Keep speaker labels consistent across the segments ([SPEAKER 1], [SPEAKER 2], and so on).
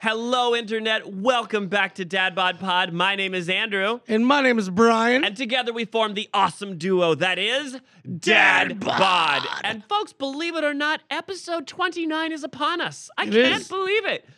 [SPEAKER 1] Hello, Internet. Welcome back to Dad Bod Pod. My name is Andrew,
[SPEAKER 2] And my name is Brian.
[SPEAKER 1] and together we form the awesome duo that is Dad Bod. And folks, believe it or not, episode 29 is upon us. I
[SPEAKER 2] It
[SPEAKER 1] can't
[SPEAKER 2] is.
[SPEAKER 1] believe it.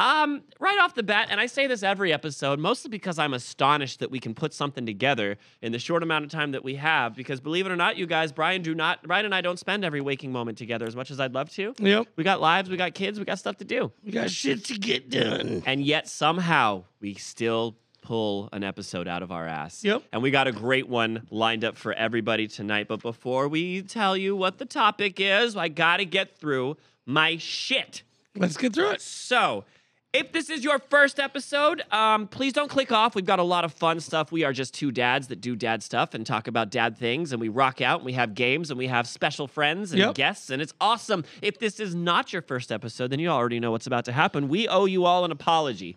[SPEAKER 1] Um, right off the bat, and I say this every episode, mostly because I'm astonished that we can put something together in the short amount of time that we have. Because believe it or not, you guys, Brian do not, Brian and I don't spend every waking moment together as much as I'd love to.
[SPEAKER 2] yep.
[SPEAKER 1] We got lives, we got kids, we got stuff to do.
[SPEAKER 2] We got shit to get done.
[SPEAKER 1] And yet somehow we still pull an episode out of our ass.
[SPEAKER 2] Yep.
[SPEAKER 1] And we got a great one lined up for everybody tonight. But before we tell you what the topic is, I gotta get through my shit.
[SPEAKER 2] Let's get through it.
[SPEAKER 1] So, if this is your first episode, um, please don't click off. We've got a lot of fun stuff. We are just two dads that do dad stuff and talk about dad things, and we rock out, and we have games, and we have special friends and
[SPEAKER 2] Yep.
[SPEAKER 1] guests, and it's awesome. If this is not your first episode, then you already know what's about to happen. We owe you all an apology.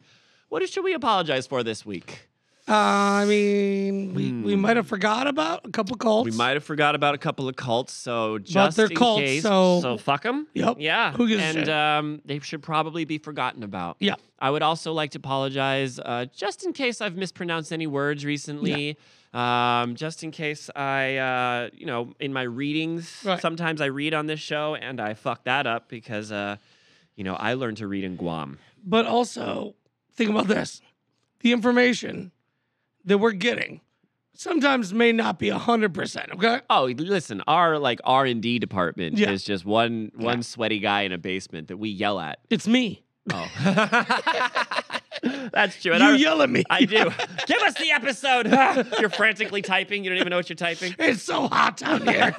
[SPEAKER 1] What should we apologize for this week?
[SPEAKER 2] Uh, I mean, we, we might have forgot about a couple cults.
[SPEAKER 1] Hmm. We might have forgot about a couple of cults, so just
[SPEAKER 2] they're
[SPEAKER 1] in
[SPEAKER 2] cults,
[SPEAKER 1] case,
[SPEAKER 2] so-
[SPEAKER 1] fuck them.
[SPEAKER 2] Yep.
[SPEAKER 1] Yeah.
[SPEAKER 2] Who gives a
[SPEAKER 1] and
[SPEAKER 2] shit?
[SPEAKER 1] Um, they should probably be forgotten about.
[SPEAKER 2] Yeah.
[SPEAKER 1] I would also like to apologize, uh, just in case I've mispronounced any words recently. Um, just in case I, uh, you know, in my readings,
[SPEAKER 2] Right.
[SPEAKER 1] sometimes I read on this show and I fuck that up because, uh, you know, I learned to read in Guam.
[SPEAKER 2] But also, think about this the information that we're getting sometimes may not be 100%. Okay.
[SPEAKER 1] Oh, listen, our like R and D department
[SPEAKER 2] Yeah.
[SPEAKER 1] is just one one sweaty guy in a basement that we yell at.
[SPEAKER 2] It's me.
[SPEAKER 1] Oh. That's true. And
[SPEAKER 2] you
[SPEAKER 1] I,
[SPEAKER 2] yell at me.
[SPEAKER 1] I do. Give us the episode. you're frantically typing. You don't even know what you're typing.
[SPEAKER 2] it's so hot down here.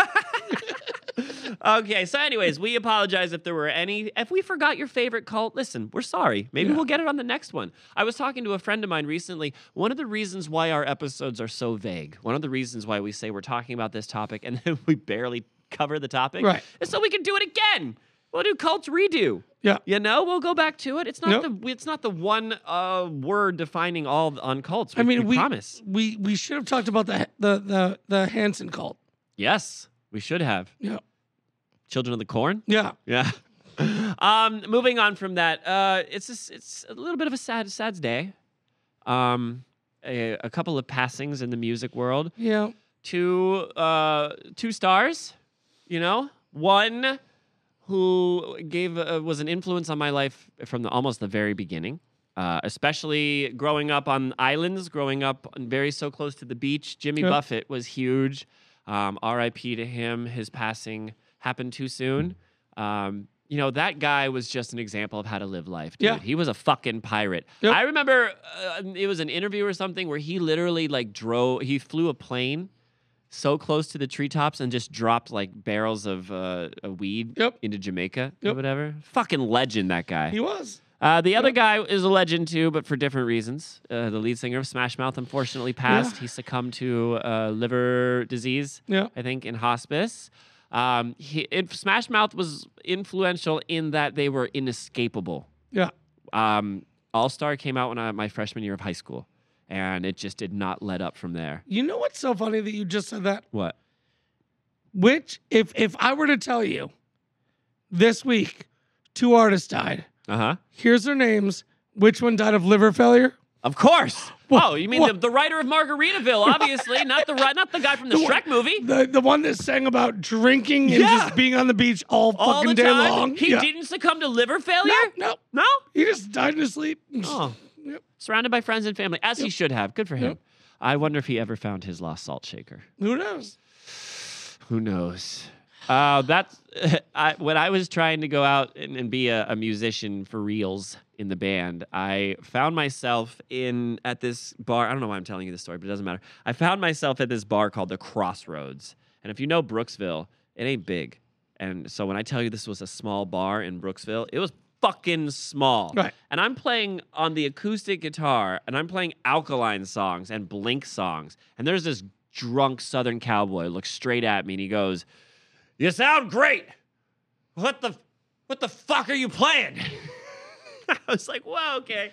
[SPEAKER 1] Okay. So, anyways, we apologize if there were any. If we forgot your favorite cult, listen, we're sorry. Maybe
[SPEAKER 2] Yeah.
[SPEAKER 1] we'll get it on the next one. I was talking to a friend of mine recently. One of the reasons why our episodes are so vague, one of the reasons why we say we're talking about this topic and then we barely cover the topic,
[SPEAKER 2] Right.
[SPEAKER 1] is so we can do it again. We'll do cult redo.
[SPEAKER 2] yeah.
[SPEAKER 1] You know, we'll go back to it. It's not
[SPEAKER 2] Yep.
[SPEAKER 1] the it's not the one uh, word defining all on cults. We,
[SPEAKER 2] I mean, we,
[SPEAKER 1] we, promise.
[SPEAKER 2] we we should have talked about the the the, the Hanson cult.
[SPEAKER 1] Yes, we should have
[SPEAKER 2] Yeah.
[SPEAKER 1] children of the corn.
[SPEAKER 2] Yeah.
[SPEAKER 1] Yeah. um, moving on from that, uh, it's just, it's a little bit of a sad sad day. Um, a, a couple of passings in the music world.
[SPEAKER 2] Yeah.
[SPEAKER 1] two uh two stars you know one who gave uh, was an influence on my life from the, almost the very beginning uh, especially growing up on islands growing up on very so close to the beach jimmy
[SPEAKER 2] Yep.
[SPEAKER 1] buffett was huge um, rip to him his passing happened too soon um, you know that guy was just an example of how to live life dude
[SPEAKER 2] Yeah.
[SPEAKER 1] he was a fucking pirate
[SPEAKER 2] Yep.
[SPEAKER 1] i remember uh, it was an interview or something where he literally like drove he flew a plane so close to the treetops and just dropped like barrels of uh, a weed
[SPEAKER 2] Yep.
[SPEAKER 1] into Jamaica or
[SPEAKER 2] Yep.
[SPEAKER 1] whatever. Fucking legend, that guy.
[SPEAKER 2] He was.
[SPEAKER 1] Uh, the other guy is a legend too, but for different reasons. Uh, the lead singer of Smash Mouth unfortunately passed.
[SPEAKER 2] Yeah.
[SPEAKER 1] He succumbed to uh, liver disease,
[SPEAKER 2] Yeah.
[SPEAKER 1] I think, in hospice. Um, he, it, Smash Mouth was influential in that they were inescapable
[SPEAKER 2] Yeah.
[SPEAKER 1] um, All Star came out when I my freshman year of high school, and it just did not let up from there.
[SPEAKER 2] You know what's so funny that you just said that?
[SPEAKER 1] What?
[SPEAKER 2] Which, if if I were to tell you, this week, two artists died.
[SPEAKER 1] Uh huh.
[SPEAKER 2] Here's their names. Which one died of liver failure?
[SPEAKER 1] Of course.
[SPEAKER 2] Wha-
[SPEAKER 1] oh, you mean
[SPEAKER 2] wha-
[SPEAKER 1] the, the writer of Margaritaville, obviously, not the ri- not the guy from the,
[SPEAKER 2] The one-
[SPEAKER 1] Shrek movie.
[SPEAKER 2] The the one that sang about drinking and
[SPEAKER 1] Yeah.
[SPEAKER 2] just being on the beach all,
[SPEAKER 1] All
[SPEAKER 2] fucking
[SPEAKER 1] the
[SPEAKER 2] day
[SPEAKER 1] time,
[SPEAKER 2] long.
[SPEAKER 1] he
[SPEAKER 2] Yeah.
[SPEAKER 1] didn't succumb to liver failure.
[SPEAKER 2] No, no,
[SPEAKER 1] No.
[SPEAKER 2] he just died in his sleep.
[SPEAKER 1] Oh.
[SPEAKER 2] Yep.
[SPEAKER 1] Surrounded by friends and family, as he should have. Good for him.
[SPEAKER 2] Yep.
[SPEAKER 1] I wonder if he ever found his lost salt shaker.
[SPEAKER 2] Who knows?
[SPEAKER 1] Who knows? Uh, that's I, when I was trying to go out and, and be a, a musician for reals in the band. I found myself in at this bar. I don't know why I'm telling you this story, but it doesn't matter. I found myself at this bar called the Crossroads, and if you know Brooksville, it ain't big. And so when I tell you this was a small bar in Brooksville, it was fucking small.
[SPEAKER 2] Right.
[SPEAKER 1] And I'm playing on the acoustic guitar and I'm playing alkaline songs and blink songs. And there's this drunk southern cowboy looks straight at me and he goes, You sound great. What the what the fuck are you playing? I was like, whoa, okay.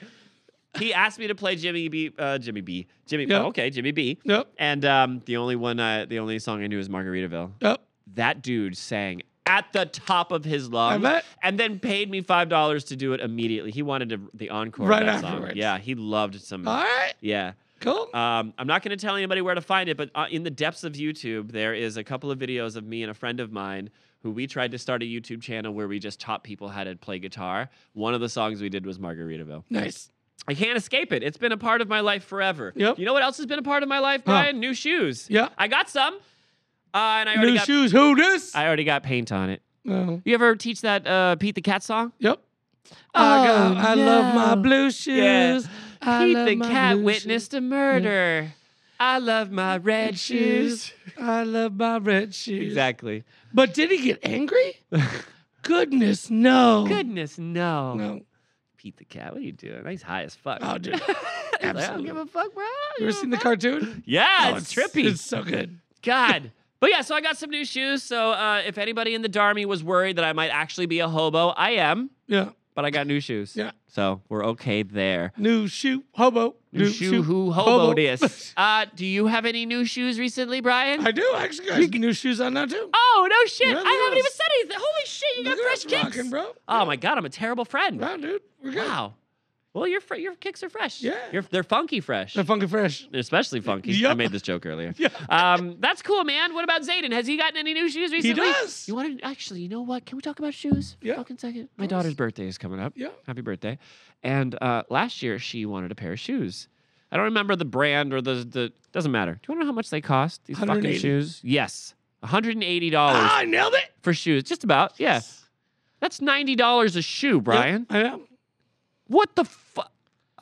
[SPEAKER 1] He asked me to play Jimmy B uh, Jimmy B. Jimmy
[SPEAKER 2] Yeah.
[SPEAKER 1] oh, okay, Jimmy B.
[SPEAKER 2] Yep.
[SPEAKER 1] uh, And um, the only one I, the only song I knew was Margaritaville
[SPEAKER 2] Yep.
[SPEAKER 1] that dude sang at the top of his
[SPEAKER 2] I
[SPEAKER 1] lungs,
[SPEAKER 2] bet.
[SPEAKER 1] and then paid me five dollars to do it immediately. He wanted to, the encore
[SPEAKER 2] Right
[SPEAKER 1] of that song.
[SPEAKER 2] afterwards.
[SPEAKER 1] Yeah, he loved some.
[SPEAKER 2] All right.
[SPEAKER 1] yeah.
[SPEAKER 2] Cool.
[SPEAKER 1] Um, I'm not going to tell anybody where to find it, but uh, in the depths of YouTube, there is a couple of videos of me and a friend of mine who we tried to start a YouTube channel where we just taught people how to play guitar. One of the songs we did was Margaritaville.
[SPEAKER 2] nice.
[SPEAKER 1] I can't escape it. It's been a part of my life forever.
[SPEAKER 2] Yep.
[SPEAKER 1] You know what else has been a part of my life, Brian? New shoes.
[SPEAKER 2] Yeah.
[SPEAKER 1] I got some, uh, and I already
[SPEAKER 2] New
[SPEAKER 1] got
[SPEAKER 2] shoes. Who this?
[SPEAKER 1] I already got paint on it.
[SPEAKER 2] No.
[SPEAKER 1] You ever teach that uh, Pete the Cat song?
[SPEAKER 2] Yep. I, got,
[SPEAKER 1] Oh,
[SPEAKER 2] I love my
[SPEAKER 1] no.
[SPEAKER 2] blue shoes.
[SPEAKER 1] Yeah.
[SPEAKER 2] I
[SPEAKER 1] Pete
[SPEAKER 2] love
[SPEAKER 1] the
[SPEAKER 2] my
[SPEAKER 1] Cat
[SPEAKER 2] blue
[SPEAKER 1] witnessed a murder. I love my red shoes.
[SPEAKER 2] shoes. I love my red shoes.
[SPEAKER 1] Exactly.
[SPEAKER 2] But did he get angry? Goodness, no.
[SPEAKER 1] Goodness no.
[SPEAKER 2] No.
[SPEAKER 1] Pete the Cat, what are you doing? He's high as fuck.
[SPEAKER 2] Oh, dude.
[SPEAKER 1] He's like, I don't
[SPEAKER 2] absolutely.
[SPEAKER 1] give a fuck, bro.
[SPEAKER 2] You ever seen the cartoon?
[SPEAKER 1] Yeah,
[SPEAKER 2] Oh,
[SPEAKER 1] it's, trippy.
[SPEAKER 2] It's so good.
[SPEAKER 1] God. But yeah, so I got some new shoes. So uh, if anybody in the Darmy was worried that I might actually be a hobo, I am.
[SPEAKER 2] Yeah.
[SPEAKER 1] But I got new shoes.
[SPEAKER 2] Yeah.
[SPEAKER 1] So we're okay there.
[SPEAKER 2] New shoe, hobo.
[SPEAKER 1] New, shoe, who hobo this? uh, do you have any new shoes recently, Brian?
[SPEAKER 2] I do actually got new shoes on now too.
[SPEAKER 1] oh no shit!
[SPEAKER 2] Yeah,
[SPEAKER 1] I
[SPEAKER 2] look at us.
[SPEAKER 1] haven't even said anything. Holy shit! You got
[SPEAKER 2] Look at us
[SPEAKER 1] fresh kicks,
[SPEAKER 2] rocking, bro.
[SPEAKER 1] Oh my god, I'm a terrible friend.
[SPEAKER 2] Wow, dude, we're good.
[SPEAKER 1] Wow. Well, your fr- your kicks are fresh.
[SPEAKER 2] Yeah.
[SPEAKER 1] You're, they're funky fresh.
[SPEAKER 2] They're funky fresh.
[SPEAKER 1] They're especially funky. I
[SPEAKER 2] Yup.
[SPEAKER 1] made this joke earlier.
[SPEAKER 2] Yeah.
[SPEAKER 1] Um, that's cool, man. What about Zayden? Has he gotten any new shoes recently?
[SPEAKER 2] does.
[SPEAKER 1] You want to actually? You know what? Can we talk about shoes? for a
[SPEAKER 2] Yeah.
[SPEAKER 1] Fucking second. My
[SPEAKER 2] course.
[SPEAKER 1] daughter's birthday is coming up.
[SPEAKER 2] Yeah.
[SPEAKER 1] Happy birthday! And uh, last year she wanted a pair of shoes. I don't remember the brand or the the. Doesn't matter. Do you want to know how much they cost? These fucking
[SPEAKER 2] 180.
[SPEAKER 1] shoes. Yes, one hundred and eighty dollars
[SPEAKER 2] Ah, I nailed it.
[SPEAKER 1] for shoes. Just about. Yeah. That's ninety dollars a shoe, Brian.
[SPEAKER 2] Yeah, I know.
[SPEAKER 1] What the fuck?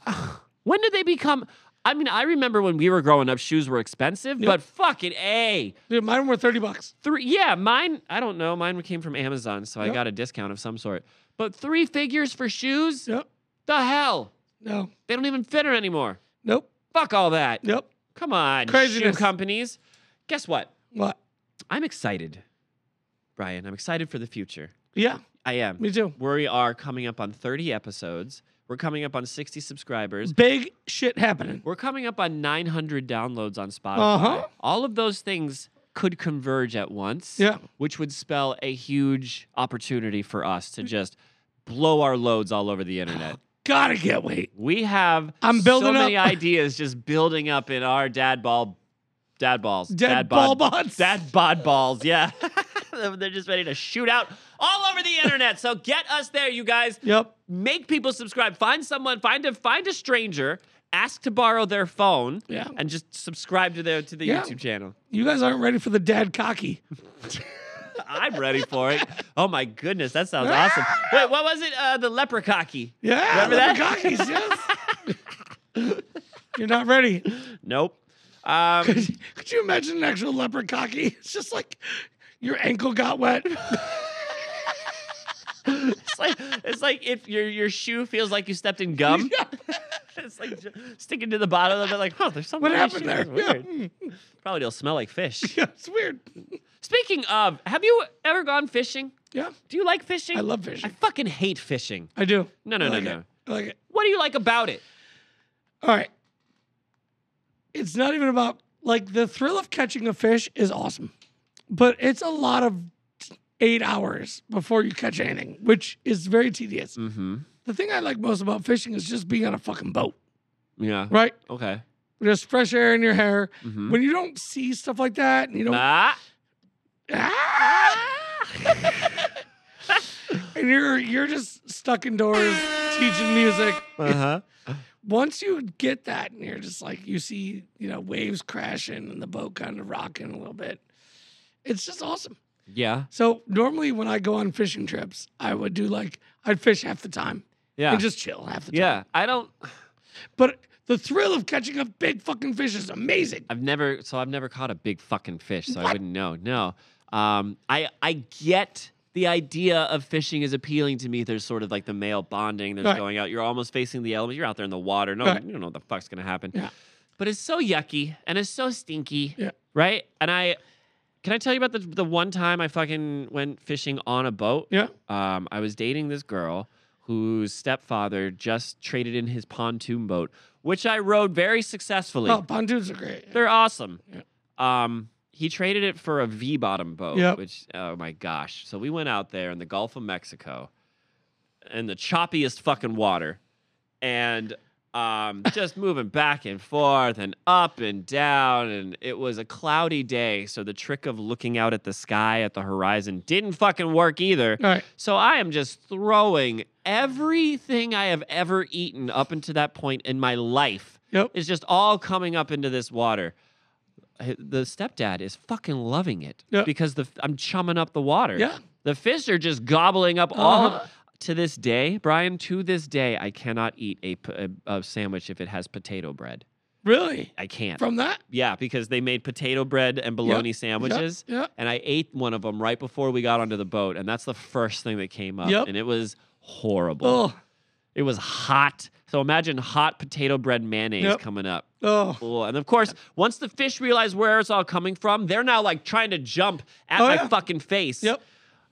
[SPEAKER 1] When did they become? I mean, I remember when we were growing up, shoes were expensive,
[SPEAKER 2] Yep.
[SPEAKER 1] but fucking a
[SPEAKER 2] Dude, mine were thirty bucks.
[SPEAKER 1] three. Yeah, mine. I don't know. Mine came from Amazon, so I
[SPEAKER 2] Yep.
[SPEAKER 1] got a discount of some sort. But three figures for shoes?
[SPEAKER 2] Yep.
[SPEAKER 1] The hell?
[SPEAKER 2] No.
[SPEAKER 1] They don't even fit her anymore.
[SPEAKER 2] Nope.
[SPEAKER 1] Fuck all that.
[SPEAKER 2] Nope.
[SPEAKER 1] Come on, shoe
[SPEAKER 2] Craziness.
[SPEAKER 1] companies. Guess what?
[SPEAKER 2] What?
[SPEAKER 1] I'm excited, Brian. I'm excited for the future.
[SPEAKER 2] Yeah,
[SPEAKER 1] I am.
[SPEAKER 2] me too.
[SPEAKER 1] We are coming up on 30 episodes. We're coming up on 60 subscribers.
[SPEAKER 2] Big shit happening.
[SPEAKER 1] We're coming up on 900 downloads on Spotify.
[SPEAKER 2] Uh-huh.
[SPEAKER 1] All of those things could converge at once,
[SPEAKER 2] Yeah.
[SPEAKER 1] which would spell a huge opportunity for us to just blow our loads all over the internet.
[SPEAKER 2] Gotta get weight.
[SPEAKER 1] We have
[SPEAKER 2] I'm
[SPEAKER 1] so
[SPEAKER 2] building
[SPEAKER 1] many
[SPEAKER 2] up.
[SPEAKER 1] ideas just building up in our dad ball, dad balls,
[SPEAKER 2] Dead ball
[SPEAKER 1] bod-
[SPEAKER 2] bots.
[SPEAKER 1] dad bod balls. Yeah, they're just ready to shoot out all over the internet. So get us there, you guys
[SPEAKER 2] Yep.
[SPEAKER 1] make people subscribe. Find someone, find a find a stranger, ask to borrow their phone,
[SPEAKER 2] Yeah.
[SPEAKER 1] and just subscribe to their to the
[SPEAKER 2] Yeah.
[SPEAKER 1] YouTube channel.
[SPEAKER 2] You guys aren't ready for the dad cocky.
[SPEAKER 1] I'm ready for it. Oh my goodness, that sounds
[SPEAKER 2] Ah!
[SPEAKER 1] awesome. Wait, what was it? Uh, the leprechaun.
[SPEAKER 2] Yeah. the
[SPEAKER 1] Remember that?
[SPEAKER 2] cockies, yes. You're not ready.
[SPEAKER 1] Nope. Um,
[SPEAKER 2] Could, could you imagine an actual leopard cocky? It's just like your ankle got wet.
[SPEAKER 1] it's like it's like if your your shoe feels like you stepped in gum. it's like j- sticking to the bottom of it. Like, oh, there's something.
[SPEAKER 2] What
[SPEAKER 1] in my shoe.
[SPEAKER 2] happened there?
[SPEAKER 1] That's
[SPEAKER 2] Yeah.
[SPEAKER 1] Weird. Probably it'll smell like fish.
[SPEAKER 2] yeah, it's weird.
[SPEAKER 1] Speaking of, have you ever gone fishing?
[SPEAKER 2] Yeah,
[SPEAKER 1] Do you like fishing?
[SPEAKER 2] I love
[SPEAKER 1] I
[SPEAKER 2] fishing.
[SPEAKER 1] fucking hate fishing.
[SPEAKER 2] I do.
[SPEAKER 1] No, no,
[SPEAKER 2] I
[SPEAKER 1] no,
[SPEAKER 2] like
[SPEAKER 1] no.
[SPEAKER 2] It. I like it.
[SPEAKER 1] What do you like about it?
[SPEAKER 2] All right. It's not even about like the thrill of catching a fish is awesome, but it's a lot of eight hours before you catch anything, which is very tedious.
[SPEAKER 1] Mm-hmm.
[SPEAKER 2] The thing I like most about fishing is just being on a fucking boat,
[SPEAKER 1] Yeah.
[SPEAKER 2] right?
[SPEAKER 1] Okay.
[SPEAKER 2] Just fresh air in your hair.
[SPEAKER 1] Mhm.
[SPEAKER 2] When you don't see stuff like that, and you don't Ah!
[SPEAKER 1] Ah.
[SPEAKER 2] and you're you're just stuck indoors teaching music.
[SPEAKER 1] Uh-huh.
[SPEAKER 2] Once you get that, and you're just like you see, you know, waves crashing and the boat kind of rocking a little bit. It's just awesome.
[SPEAKER 1] Yeah.
[SPEAKER 2] So normally when I go on fishing trips, I would do like I'd fish half the time
[SPEAKER 1] Yeah.
[SPEAKER 2] and just chill half the time.
[SPEAKER 1] yeah. I don't.
[SPEAKER 2] But the thrill of catching a big fucking fish is amazing.
[SPEAKER 1] I've never. So I've never caught a big fucking fish. So I wouldn't know. No. Um. I. I get. The idea of fishing is appealing to me. There's sort of like the male bonding. There's
[SPEAKER 2] Right.
[SPEAKER 1] going out. You're almost facing the elements. You're out there in the water. No,
[SPEAKER 2] Right.
[SPEAKER 1] you don't know what the fuck's gonna happen.
[SPEAKER 2] Yeah.
[SPEAKER 1] But it's so yucky and it's so stinky.
[SPEAKER 2] Yeah.
[SPEAKER 1] Right. And I. Can I tell you about the the one time I fucking went fishing on a boat?
[SPEAKER 2] Yeah.
[SPEAKER 1] um, I was dating this girl whose stepfather just traded in his pontoon boat, which I rode very successfully.
[SPEAKER 2] Oh, pontoons Oh, are great.
[SPEAKER 1] They're awesome.
[SPEAKER 2] Yeah.
[SPEAKER 1] Um, he traded it for a V bottom boat,
[SPEAKER 2] Yep.
[SPEAKER 1] which oh my gosh. So we went out there in the Gulf of Mexico in the choppiest fucking water and um just moving back and forth and up and down and it was a cloudy day, so the trick of looking out at the sky at the horizon didn't fucking work either.
[SPEAKER 2] All right.
[SPEAKER 1] So I am just throwing everything I have ever eaten up until that point in my life.
[SPEAKER 2] Yep.
[SPEAKER 1] It's just all coming up into this water. Uh, The stepdad is fucking loving it
[SPEAKER 2] Yeah.
[SPEAKER 1] because the f- I'm chumming up the water.
[SPEAKER 2] Yeah.
[SPEAKER 1] The fish are just gobbling up all.
[SPEAKER 2] Uh-huh.
[SPEAKER 1] Of, to this day, Brian, to this day, I cannot eat a, p- a- a sandwich if it has potato bread.
[SPEAKER 2] Really?
[SPEAKER 1] I can't.
[SPEAKER 2] From that?
[SPEAKER 1] yeah, because they made potato bread and bologna sandwiches
[SPEAKER 2] Yeah.
[SPEAKER 1] and I ate one of them right before we got onto the boat, and that's the first thing that came up,
[SPEAKER 2] Yep.
[SPEAKER 1] and it was horrible.
[SPEAKER 2] Oh.
[SPEAKER 1] It was hot. So imagine hot potato bread mayonnaise
[SPEAKER 2] Yep.
[SPEAKER 1] coming up.
[SPEAKER 2] Oh.
[SPEAKER 1] Ugh. And of course, once the fish realize where it's all coming from, they're now like trying to jump at
[SPEAKER 2] Oh,
[SPEAKER 1] my
[SPEAKER 2] yeah.
[SPEAKER 1] fucking face.
[SPEAKER 2] Yep.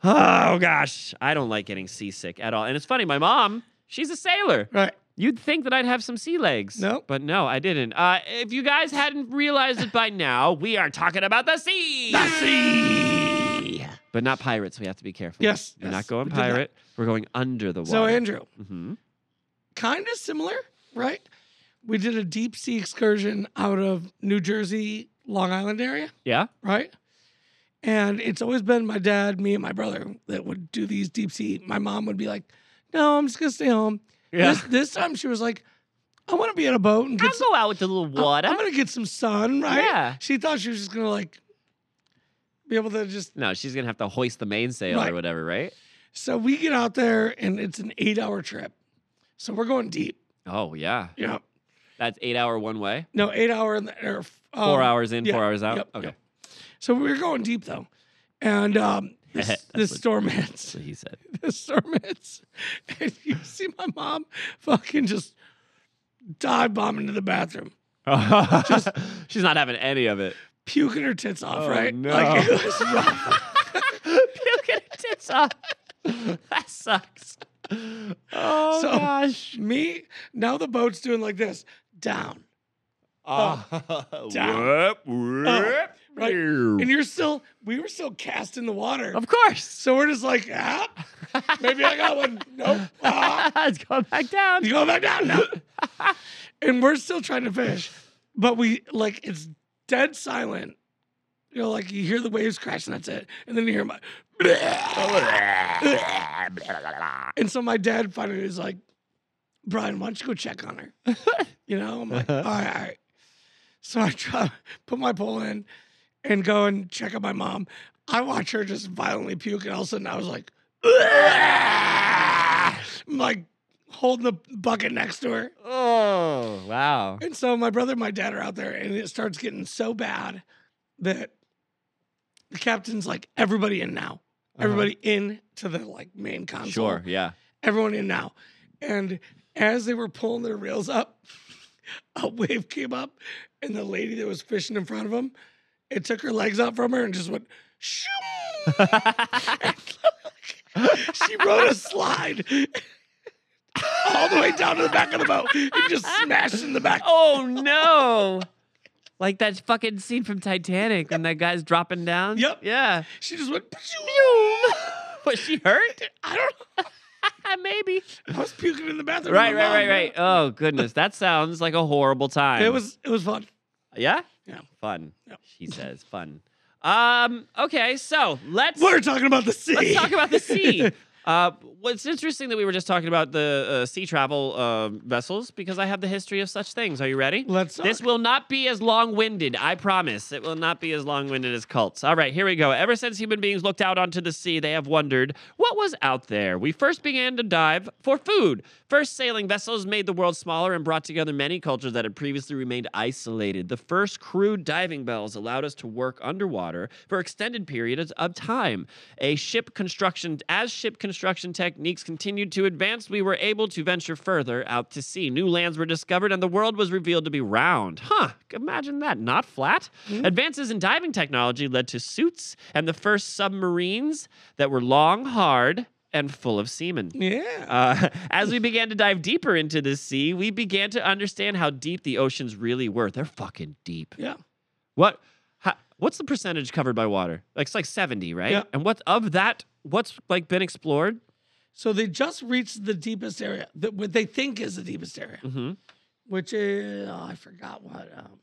[SPEAKER 1] Oh gosh, I don't like getting seasick at all. And it's funny, my mom, she's a sailor.
[SPEAKER 2] Right.
[SPEAKER 1] You'd think that I'd have some sea legs.
[SPEAKER 2] No.
[SPEAKER 1] But no, I didn't. Uh, if you guys hadn't realized it by now, we are talking about the sea. The sea. But not pirates. We have to be careful.
[SPEAKER 2] Yes,
[SPEAKER 1] We're
[SPEAKER 2] yes,
[SPEAKER 1] not going
[SPEAKER 2] we did that.
[SPEAKER 1] pirate. We're going under the water.
[SPEAKER 2] So Andrew,
[SPEAKER 1] hmm
[SPEAKER 2] kind of similar, right? We did a deep sea excursion out of New Jersey, Long Island area,
[SPEAKER 1] Yeah.
[SPEAKER 2] right? And it's always been my dad, me, and my brother that would do these deep sea. My mom would be like, "No, I'm just gonna stay home." This, this time she was like, "I want to be on a boat and get
[SPEAKER 1] I'll
[SPEAKER 2] some
[SPEAKER 1] go out with a little
[SPEAKER 2] I'm-
[SPEAKER 1] water.
[SPEAKER 2] I'm, gonna get some sun, right?
[SPEAKER 1] Yeah.
[SPEAKER 2] She thought she was just gonna like be able to just.
[SPEAKER 1] no, she's gonna have to hoist the mainsail
[SPEAKER 2] Right.
[SPEAKER 1] or whatever, right?
[SPEAKER 2] So we get out there and it's an eight-hour trip. So we're going deep.
[SPEAKER 1] Oh yeah.
[SPEAKER 2] You know,
[SPEAKER 1] That's eight hour one way.
[SPEAKER 2] no eight hour and or um,
[SPEAKER 1] Four hours in,
[SPEAKER 2] yeah,
[SPEAKER 1] four hours out.
[SPEAKER 2] yep,
[SPEAKER 1] okay.
[SPEAKER 2] yep. So we were going deep though, and um, this,
[SPEAKER 1] That's
[SPEAKER 2] this
[SPEAKER 1] what-
[SPEAKER 2] storm
[SPEAKER 1] That's
[SPEAKER 2] hits.
[SPEAKER 1] what he said.
[SPEAKER 2] This storm hits, and you see my mom fucking just dive bomb into the bathroom,
[SPEAKER 1] she's not having any of it.
[SPEAKER 2] puking her tits off.
[SPEAKER 1] Oh,
[SPEAKER 2] right?
[SPEAKER 1] no.
[SPEAKER 2] Like it was rough.
[SPEAKER 1] Puke and her tits off. That sucks. Oh
[SPEAKER 2] So-
[SPEAKER 1] gosh.
[SPEAKER 2] Me now the boat's doing like this down. down.
[SPEAKER 1] uh, Whoop, whoop.
[SPEAKER 2] right. And you're still, we were still cast in the water.
[SPEAKER 1] Of course.
[SPEAKER 2] So we're just like, ah, maybe I got one. Nope. Ah,
[SPEAKER 1] Let's go back down.
[SPEAKER 2] you go back down. No. and we're still trying to fish, but we like it's dead silent. You know, like you hear the waves crash, and that's it. And then you hear my, and so my dad finally was like, Brian, why don't you go check on her? you know, I'm like, all right, all right. So I try put my pole in and go and check on my mom. I watch her just violently puke, and all of a sudden I was like, I'm like holding the bucket next to her.
[SPEAKER 1] Oh wow.
[SPEAKER 2] And so my brother and my dad are out there, and it starts getting so bad that the captain's like, everybody in now. Everybody in to the like main console.
[SPEAKER 1] Sure, yeah.
[SPEAKER 2] Everyone in now. And as they were pulling their rails up, a wave came up, and the lady that was fishing in front of them, it took her legs out from her and just went, shoo. she rode a slide all the way down to the back of the boat and just smashed in the back.
[SPEAKER 1] oh no. Like that fucking scene from Titanic when that guy's dropping down.
[SPEAKER 2] Yep.
[SPEAKER 1] Yeah.
[SPEAKER 2] She just went.
[SPEAKER 1] Was she hurt?
[SPEAKER 2] I don't know.
[SPEAKER 1] Maybe.
[SPEAKER 2] I was puking in the bathroom. with
[SPEAKER 1] Right,
[SPEAKER 2] my
[SPEAKER 1] right, right,
[SPEAKER 2] mom.
[SPEAKER 1] right. Oh goodness, that sounds like a horrible time.
[SPEAKER 2] It was it was fun.
[SPEAKER 1] yeah,
[SPEAKER 2] Yeah.
[SPEAKER 1] fun.
[SPEAKER 2] Yep.
[SPEAKER 1] She says fun. Um. Okay, so let's
[SPEAKER 2] We're talking about the sea.
[SPEAKER 1] let's talk about the sea. Uh, what's interesting that we were just talking about the uh, sea travel uh, vessels because I have the history of such things. Are you ready?
[SPEAKER 2] Let's
[SPEAKER 1] This will not be as long winded, I promise. It will not be as long winded as cults. All right, here we go. Ever since human beings looked out onto the sea, they have wondered what was out there. We first began to dive for food. First sailing vessels made the world smaller and brought together many cultures that had previously remained isolated. The first crude diving bells allowed us to work underwater for extended periods of time. A ship construction as ship construction techniques continued to advance, we were able to venture further out to sea. New lands were discovered and the world was revealed to be round. Huh, imagine that, not flat. Advances in diving technology led to suits and the first submarines that were long, hard, and full of semen.
[SPEAKER 2] yeah.
[SPEAKER 1] Uh, as we began to dive deeper into the sea, we began to understand how deep the oceans really were. They're fucking deep.
[SPEAKER 2] yeah.
[SPEAKER 1] What? How, What's the percentage covered by water? Like it's like 70, right?
[SPEAKER 2] Yeah.
[SPEAKER 1] And what of that, what's like been explored?
[SPEAKER 2] So they just reached the deepest area, the, what they think is the deepest area,
[SPEAKER 1] Mm-hmm.
[SPEAKER 2] which is oh, I forgot what. Um,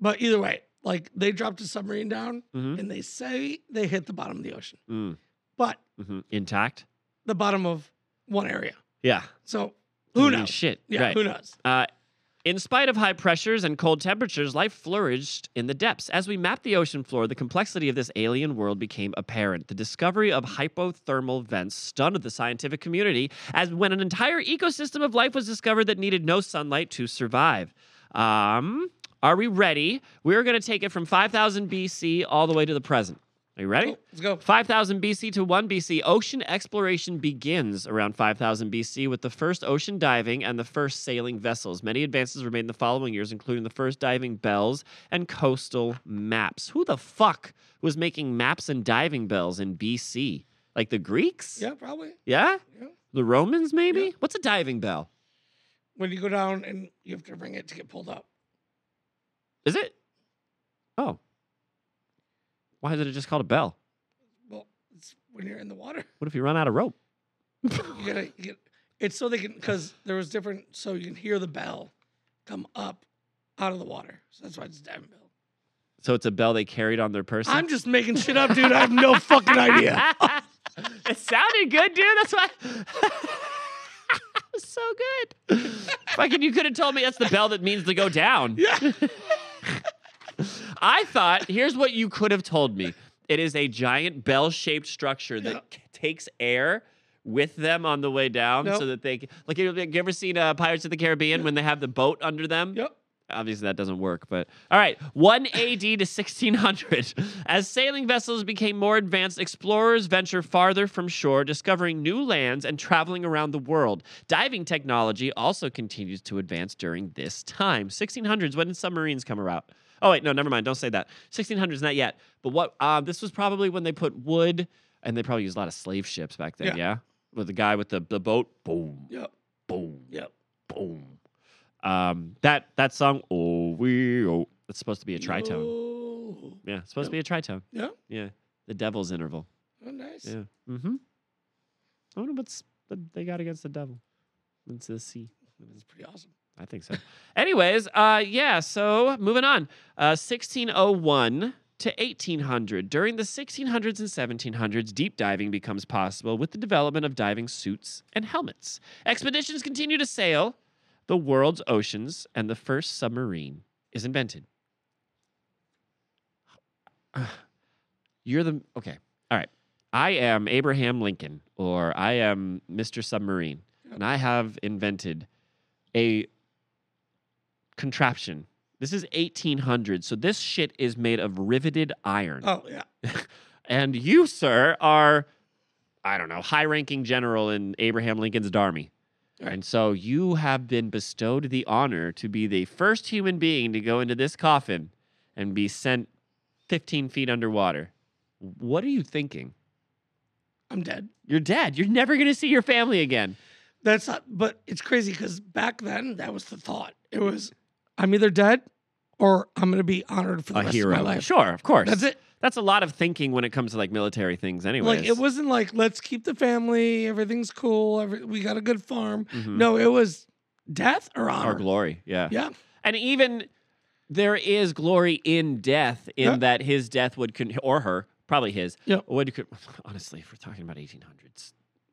[SPEAKER 2] but either way, like they dropped a submarine down,
[SPEAKER 1] Mm-hmm.
[SPEAKER 2] and they say they hit the bottom of the ocean,
[SPEAKER 1] Mm,
[SPEAKER 2] but
[SPEAKER 1] hmm Intact?
[SPEAKER 2] the bottom of one area.
[SPEAKER 1] Yeah.
[SPEAKER 2] So who
[SPEAKER 1] Holy
[SPEAKER 2] knows?
[SPEAKER 1] Shit.
[SPEAKER 2] Yeah,
[SPEAKER 1] right.
[SPEAKER 2] who knows?
[SPEAKER 1] Uh, in spite of high pressures and cold temperatures, life flourished in the depths. As we mapped the ocean floor, the complexity of this alien world became apparent. The discovery of hypothermal vents stunned the scientific community, as when an entire ecosystem of life was discovered that needed no sunlight to survive. Um, are we ready? We're going to take it from 5000 BC all the way to the present. Are you ready?
[SPEAKER 2] Cool, Let's go.
[SPEAKER 1] 5000 BC to 1 BC, ocean exploration begins around 5000 BC with the first ocean diving and the first sailing vessels. Many advances were made in the following years, including the first diving bells and coastal maps. Who the fuck was making maps and diving bells in BC? Like the Greeks?
[SPEAKER 2] Yeah, probably.
[SPEAKER 1] Yeah?
[SPEAKER 2] Yeah.
[SPEAKER 1] The Romans, maybe?
[SPEAKER 2] Yeah.
[SPEAKER 1] What's a diving bell?
[SPEAKER 2] When you go down and you have to bring it to get pulled up.
[SPEAKER 1] Is it? Oh. Why is it just called a bell?
[SPEAKER 2] Well, it's when you're in the water.
[SPEAKER 1] What if you run out of rope?
[SPEAKER 2] You gotta you get. It's so they can because there was different. So you can hear the bell come up out of the water. So that's why it's a diving bell.
[SPEAKER 1] So it's a bell they carried on their person?
[SPEAKER 2] I'm just making shit up, dude. I have no fucking idea.
[SPEAKER 1] it sounded good, dude. That's why. It was so good. Fucking, you could have told me that's the bell that means to go down.
[SPEAKER 2] Yeah.
[SPEAKER 1] I thought, here's what you could have told me it is a giant bell shaped structure that
[SPEAKER 2] Yeah.
[SPEAKER 1] c- takes air. With them on the way down,
[SPEAKER 2] Nope.
[SPEAKER 1] so that they can, like, you you ever seen uh, Pirates of the Caribbean when they have the boat under them?
[SPEAKER 2] Yep.
[SPEAKER 1] obviously that doesn't work but all right 1 AD to 1600 as sailing vessels became more advanced explorers venture farther from shore discovering new lands and traveling around the world diving technology also continues to advance during this time 1600s when did submarines come around oh wait no never mind don't say that 1600s not yet but what uh, this was probably when they put wood and they probably used a lot of slave ships back then yeah,
[SPEAKER 2] Yeah.
[SPEAKER 1] with the guy with the, the boat boom
[SPEAKER 2] Yep.
[SPEAKER 1] boom
[SPEAKER 2] Yep.
[SPEAKER 1] boom. Um, that that song, oh we oh, it's supposed to be a tritone.
[SPEAKER 2] Oh.
[SPEAKER 1] Yeah, it's supposed to be a tritone.
[SPEAKER 2] Yeah.
[SPEAKER 1] Yeah, the devil's interval.
[SPEAKER 2] Oh, nice.
[SPEAKER 1] Yeah. Mm-hmm. I wonder what's what they got against the devil. It's the sea.
[SPEAKER 2] That's pretty awesome.
[SPEAKER 1] I think so. Anyways, uh, yeah. So moving on, uh, 1601 to 1800. During the 1600s and 1700s, deep diving becomes possible with the development of diving suits and helmets. Expeditions continue to sail the world's oceans, and the first submarine is invented. You're the okay. All right. I am Abraham Lincoln, or I am Mr. Submarine, and I have invented a contraption. This is 1800, so this shit is made of riveted iron.
[SPEAKER 2] Oh yeah.
[SPEAKER 1] And you, sir, are, I don't know, high ranking general in Abraham Lincoln's army.
[SPEAKER 2] Right.
[SPEAKER 1] And so you have been bestowed the honor to be the first human being to go into this coffin and be sent 15 feet underwater. What are you thinking?
[SPEAKER 2] I'm dead.
[SPEAKER 1] You're dead. You're never going to see your family again.
[SPEAKER 2] That's not. But it's crazy because back then that was the thought. It was, I'm either dead, or I'm gonna be honored for the rest of my life.
[SPEAKER 1] Sure, of course.
[SPEAKER 2] That's it.
[SPEAKER 1] That's a lot of thinking when it comes to like military things, anyways.
[SPEAKER 2] Like it wasn't like let's keep the family, everything's cool, every, we got a good farm.
[SPEAKER 1] Mhm.
[SPEAKER 2] No, it was death or honor.
[SPEAKER 1] our glory. Yeah.
[SPEAKER 2] Yeah,
[SPEAKER 1] And even there is glory in death, in
[SPEAKER 2] Yeah.
[SPEAKER 1] that his death would, con- or her, probably his,
[SPEAKER 2] Yeah.
[SPEAKER 1] would, con- honestly, if we're talking about 1800s,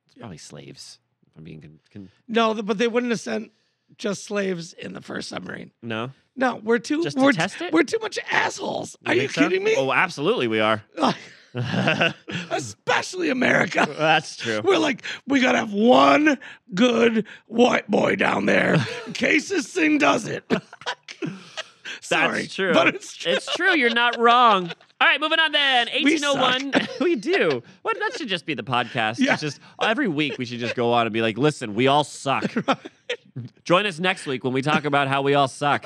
[SPEAKER 1] it's probably slaves. If I'm being, con- con-
[SPEAKER 2] no, th- but they wouldn't have sent just slaves in the first submarine.
[SPEAKER 1] no?
[SPEAKER 2] No, we're too
[SPEAKER 1] Just to
[SPEAKER 2] we're,
[SPEAKER 1] test it?
[SPEAKER 2] we're too much assholes. Are you
[SPEAKER 1] think so?
[SPEAKER 2] kidding me?
[SPEAKER 1] Oh, absolutely we are.
[SPEAKER 2] Like, Especially America.
[SPEAKER 1] That's true.
[SPEAKER 2] We're like, we gotta have one good white boy down there in case this thing does it. Sorry,
[SPEAKER 1] That's true.
[SPEAKER 2] but it's true.
[SPEAKER 1] It's true. You're not wrong. All right, moving on then.
[SPEAKER 2] We suck.
[SPEAKER 1] 1801. We, do. What that should just be the podcast.
[SPEAKER 2] Yeah.
[SPEAKER 1] It's just every week we should just go on and be like, listen, we all suck. Join us next week when we talk about how we all suck.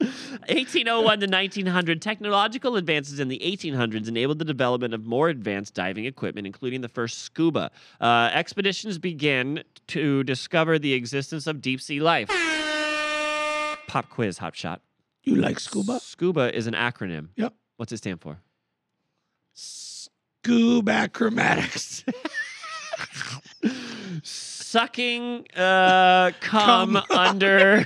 [SPEAKER 1] 1801 to 1900, technological advances in the 1800s enabled the development of more advanced diving equipment, including the first scuba. Uh, expeditions began to discover the existence of deep sea life. Pop quiz, Hot Shot.
[SPEAKER 2] You like scuba?
[SPEAKER 1] Scuba is an acronym.
[SPEAKER 2] Yep.
[SPEAKER 1] What's it stand for?
[SPEAKER 2] Scuba acrobatics.
[SPEAKER 1] Sucking uh, cum
[SPEAKER 2] Cum.
[SPEAKER 1] under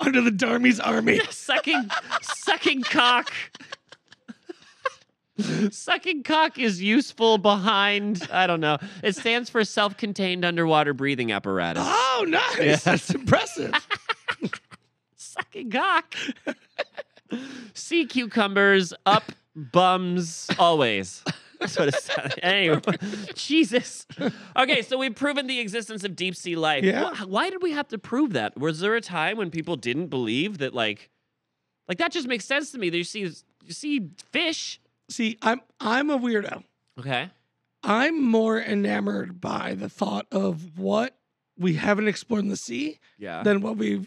[SPEAKER 2] Under the Darmy's army.
[SPEAKER 1] sucking sucking cock. sucking cock is useful behind. I don't know. It stands for self-contained underwater breathing apparatus.
[SPEAKER 2] Oh, nice.
[SPEAKER 1] Yeah.
[SPEAKER 2] That's impressive.
[SPEAKER 1] sucking cock. sea cucumbers up bums always. That's what it sounded. Anyway, Jesus. Okay, so we've proven the existence of deep sea life.
[SPEAKER 2] Yeah.
[SPEAKER 1] Wh- Why, did we have to prove that? Was there a time when people didn't believe that? Like, like that just makes sense to me. That you see, you see fish.
[SPEAKER 2] See, I'm I'm a weirdo.
[SPEAKER 1] Okay.
[SPEAKER 2] I'm more enamored by the thought of what we haven't explored in the sea
[SPEAKER 1] Yeah.
[SPEAKER 2] than what we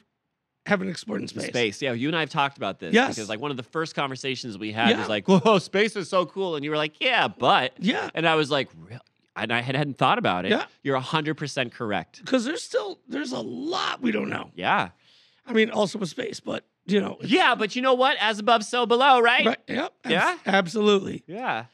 [SPEAKER 2] haven't explored in space.
[SPEAKER 1] Space. Yeah, you and I have talked about this.
[SPEAKER 2] Yes.
[SPEAKER 1] Because like one of the first conversations we had
[SPEAKER 2] Yeah.
[SPEAKER 1] was like, "Whoa, space is so cool," and you were like, "Yeah, but."
[SPEAKER 2] Yeah,
[SPEAKER 1] And I was like, really? And I had, hadn't thought about it.
[SPEAKER 2] Yeah.
[SPEAKER 1] You're 100% correct.
[SPEAKER 2] because there's still there's a lot we don't know.
[SPEAKER 1] Yeah.
[SPEAKER 2] I mean, also with space, but you know, it's-
[SPEAKER 1] Yeah, but you know what? As above, so below, right?
[SPEAKER 2] right, yep, abs-
[SPEAKER 1] Yeah?
[SPEAKER 2] absolutely.
[SPEAKER 1] Yeah.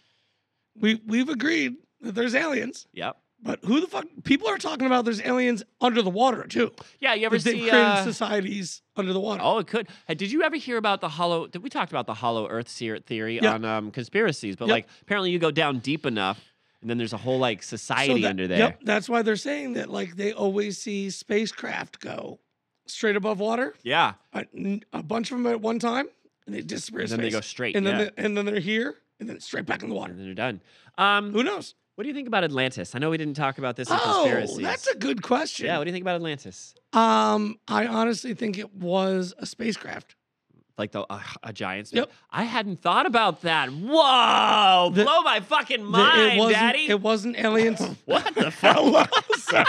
[SPEAKER 2] We we've agreed that there's aliens,
[SPEAKER 1] Yep.
[SPEAKER 2] but who the fuck people are talking about? There's aliens under the water too.
[SPEAKER 1] Yeah, you ever
[SPEAKER 2] That they
[SPEAKER 1] see.
[SPEAKER 2] created
[SPEAKER 1] Uh,
[SPEAKER 2] societies under the water?
[SPEAKER 1] oh, it could. Hey, did you ever hear about the hollow? Did we talked about the hollow Earth seer- theory
[SPEAKER 2] Yeah.
[SPEAKER 1] on um, conspiracies? But
[SPEAKER 2] Yep.
[SPEAKER 1] like, apparently, you go down deep enough, and then there's a whole like
[SPEAKER 2] So
[SPEAKER 1] society
[SPEAKER 2] that-
[SPEAKER 1] under there.
[SPEAKER 2] Yep, that's why they're saying that like they always see spacecraft go straight above water,
[SPEAKER 1] Yeah.
[SPEAKER 2] a, a bunch of them at one time, and they disappear.
[SPEAKER 1] And
[SPEAKER 2] in
[SPEAKER 1] then they go
[SPEAKER 2] space.
[SPEAKER 1] straight.
[SPEAKER 2] and then
[SPEAKER 1] yeah.
[SPEAKER 2] they- and then they're here, and then straight back in the
[SPEAKER 1] and
[SPEAKER 2] water.
[SPEAKER 1] then they're done. Um,
[SPEAKER 2] Who knows?
[SPEAKER 1] what do you think about Atlantis? I know we didn't talk about this in
[SPEAKER 2] Oh,
[SPEAKER 1] conspiracies.
[SPEAKER 2] that's a good question.
[SPEAKER 1] yeah, what do you think about Atlantis?
[SPEAKER 2] Um, I honestly think it was a spacecraft.
[SPEAKER 1] like the a, a giant space.
[SPEAKER 2] Yep.
[SPEAKER 1] I hadn't thought about that. Whoa!
[SPEAKER 2] The-
[SPEAKER 1] blow my fucking
[SPEAKER 2] That
[SPEAKER 1] mind,
[SPEAKER 2] it wasn't,
[SPEAKER 1] Daddy.
[SPEAKER 2] It wasn't aliens.
[SPEAKER 1] what the fuck?
[SPEAKER 2] Hello, sir.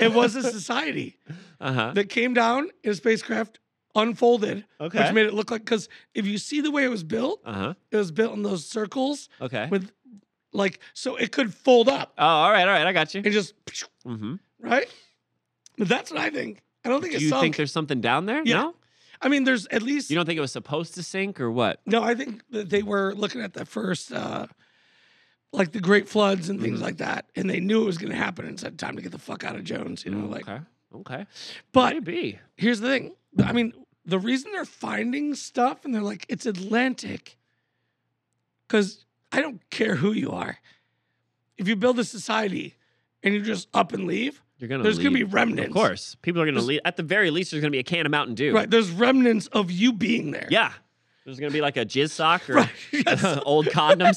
[SPEAKER 2] it was a society
[SPEAKER 1] Uh huh.
[SPEAKER 2] that came down in a spacecraft, unfolded,
[SPEAKER 1] Okay.
[SPEAKER 2] which made it look like because if you see the way it was built,
[SPEAKER 1] Uh huh.
[SPEAKER 2] it was built in those circles
[SPEAKER 1] Okay.
[SPEAKER 2] with like so it could fold up
[SPEAKER 1] oh, all right, all right. I got you.
[SPEAKER 2] and just
[SPEAKER 1] Mm-hmm.
[SPEAKER 2] right. But that's what I think. I don't think
[SPEAKER 1] Do
[SPEAKER 2] it
[SPEAKER 1] you
[SPEAKER 2] sunk.
[SPEAKER 1] think there's something down there?
[SPEAKER 2] Yeah.
[SPEAKER 1] No.
[SPEAKER 2] I mean, there's at least
[SPEAKER 1] You don't think it was supposed to sink or what?
[SPEAKER 2] No, I think that they were looking at the first, uh, like the great floods and things
[SPEAKER 1] Mhm.
[SPEAKER 2] like that, and they knew it was going to happen and said, "Time to get the fuck out of Jones," you know.
[SPEAKER 1] Mm,
[SPEAKER 2] Like,
[SPEAKER 1] okay. Okay.
[SPEAKER 2] but
[SPEAKER 1] Maybe.
[SPEAKER 2] here's the thing: I mean, the reason they're finding stuff and they're like, "It's Atlantic," because I don't care who you are. If you build a society and you just up and leave,
[SPEAKER 1] You're gonna.
[SPEAKER 2] there's
[SPEAKER 1] leave.
[SPEAKER 2] going to be remnants.
[SPEAKER 1] Of course, people are gonna
[SPEAKER 2] There's-
[SPEAKER 1] leave. At the very least, there's gonna be a can of Mountain Dew.
[SPEAKER 2] right? There's remnants of you being there.
[SPEAKER 1] Yeah. There's gonna be like a jizz sock or
[SPEAKER 2] Right. Yes.
[SPEAKER 1] old condoms.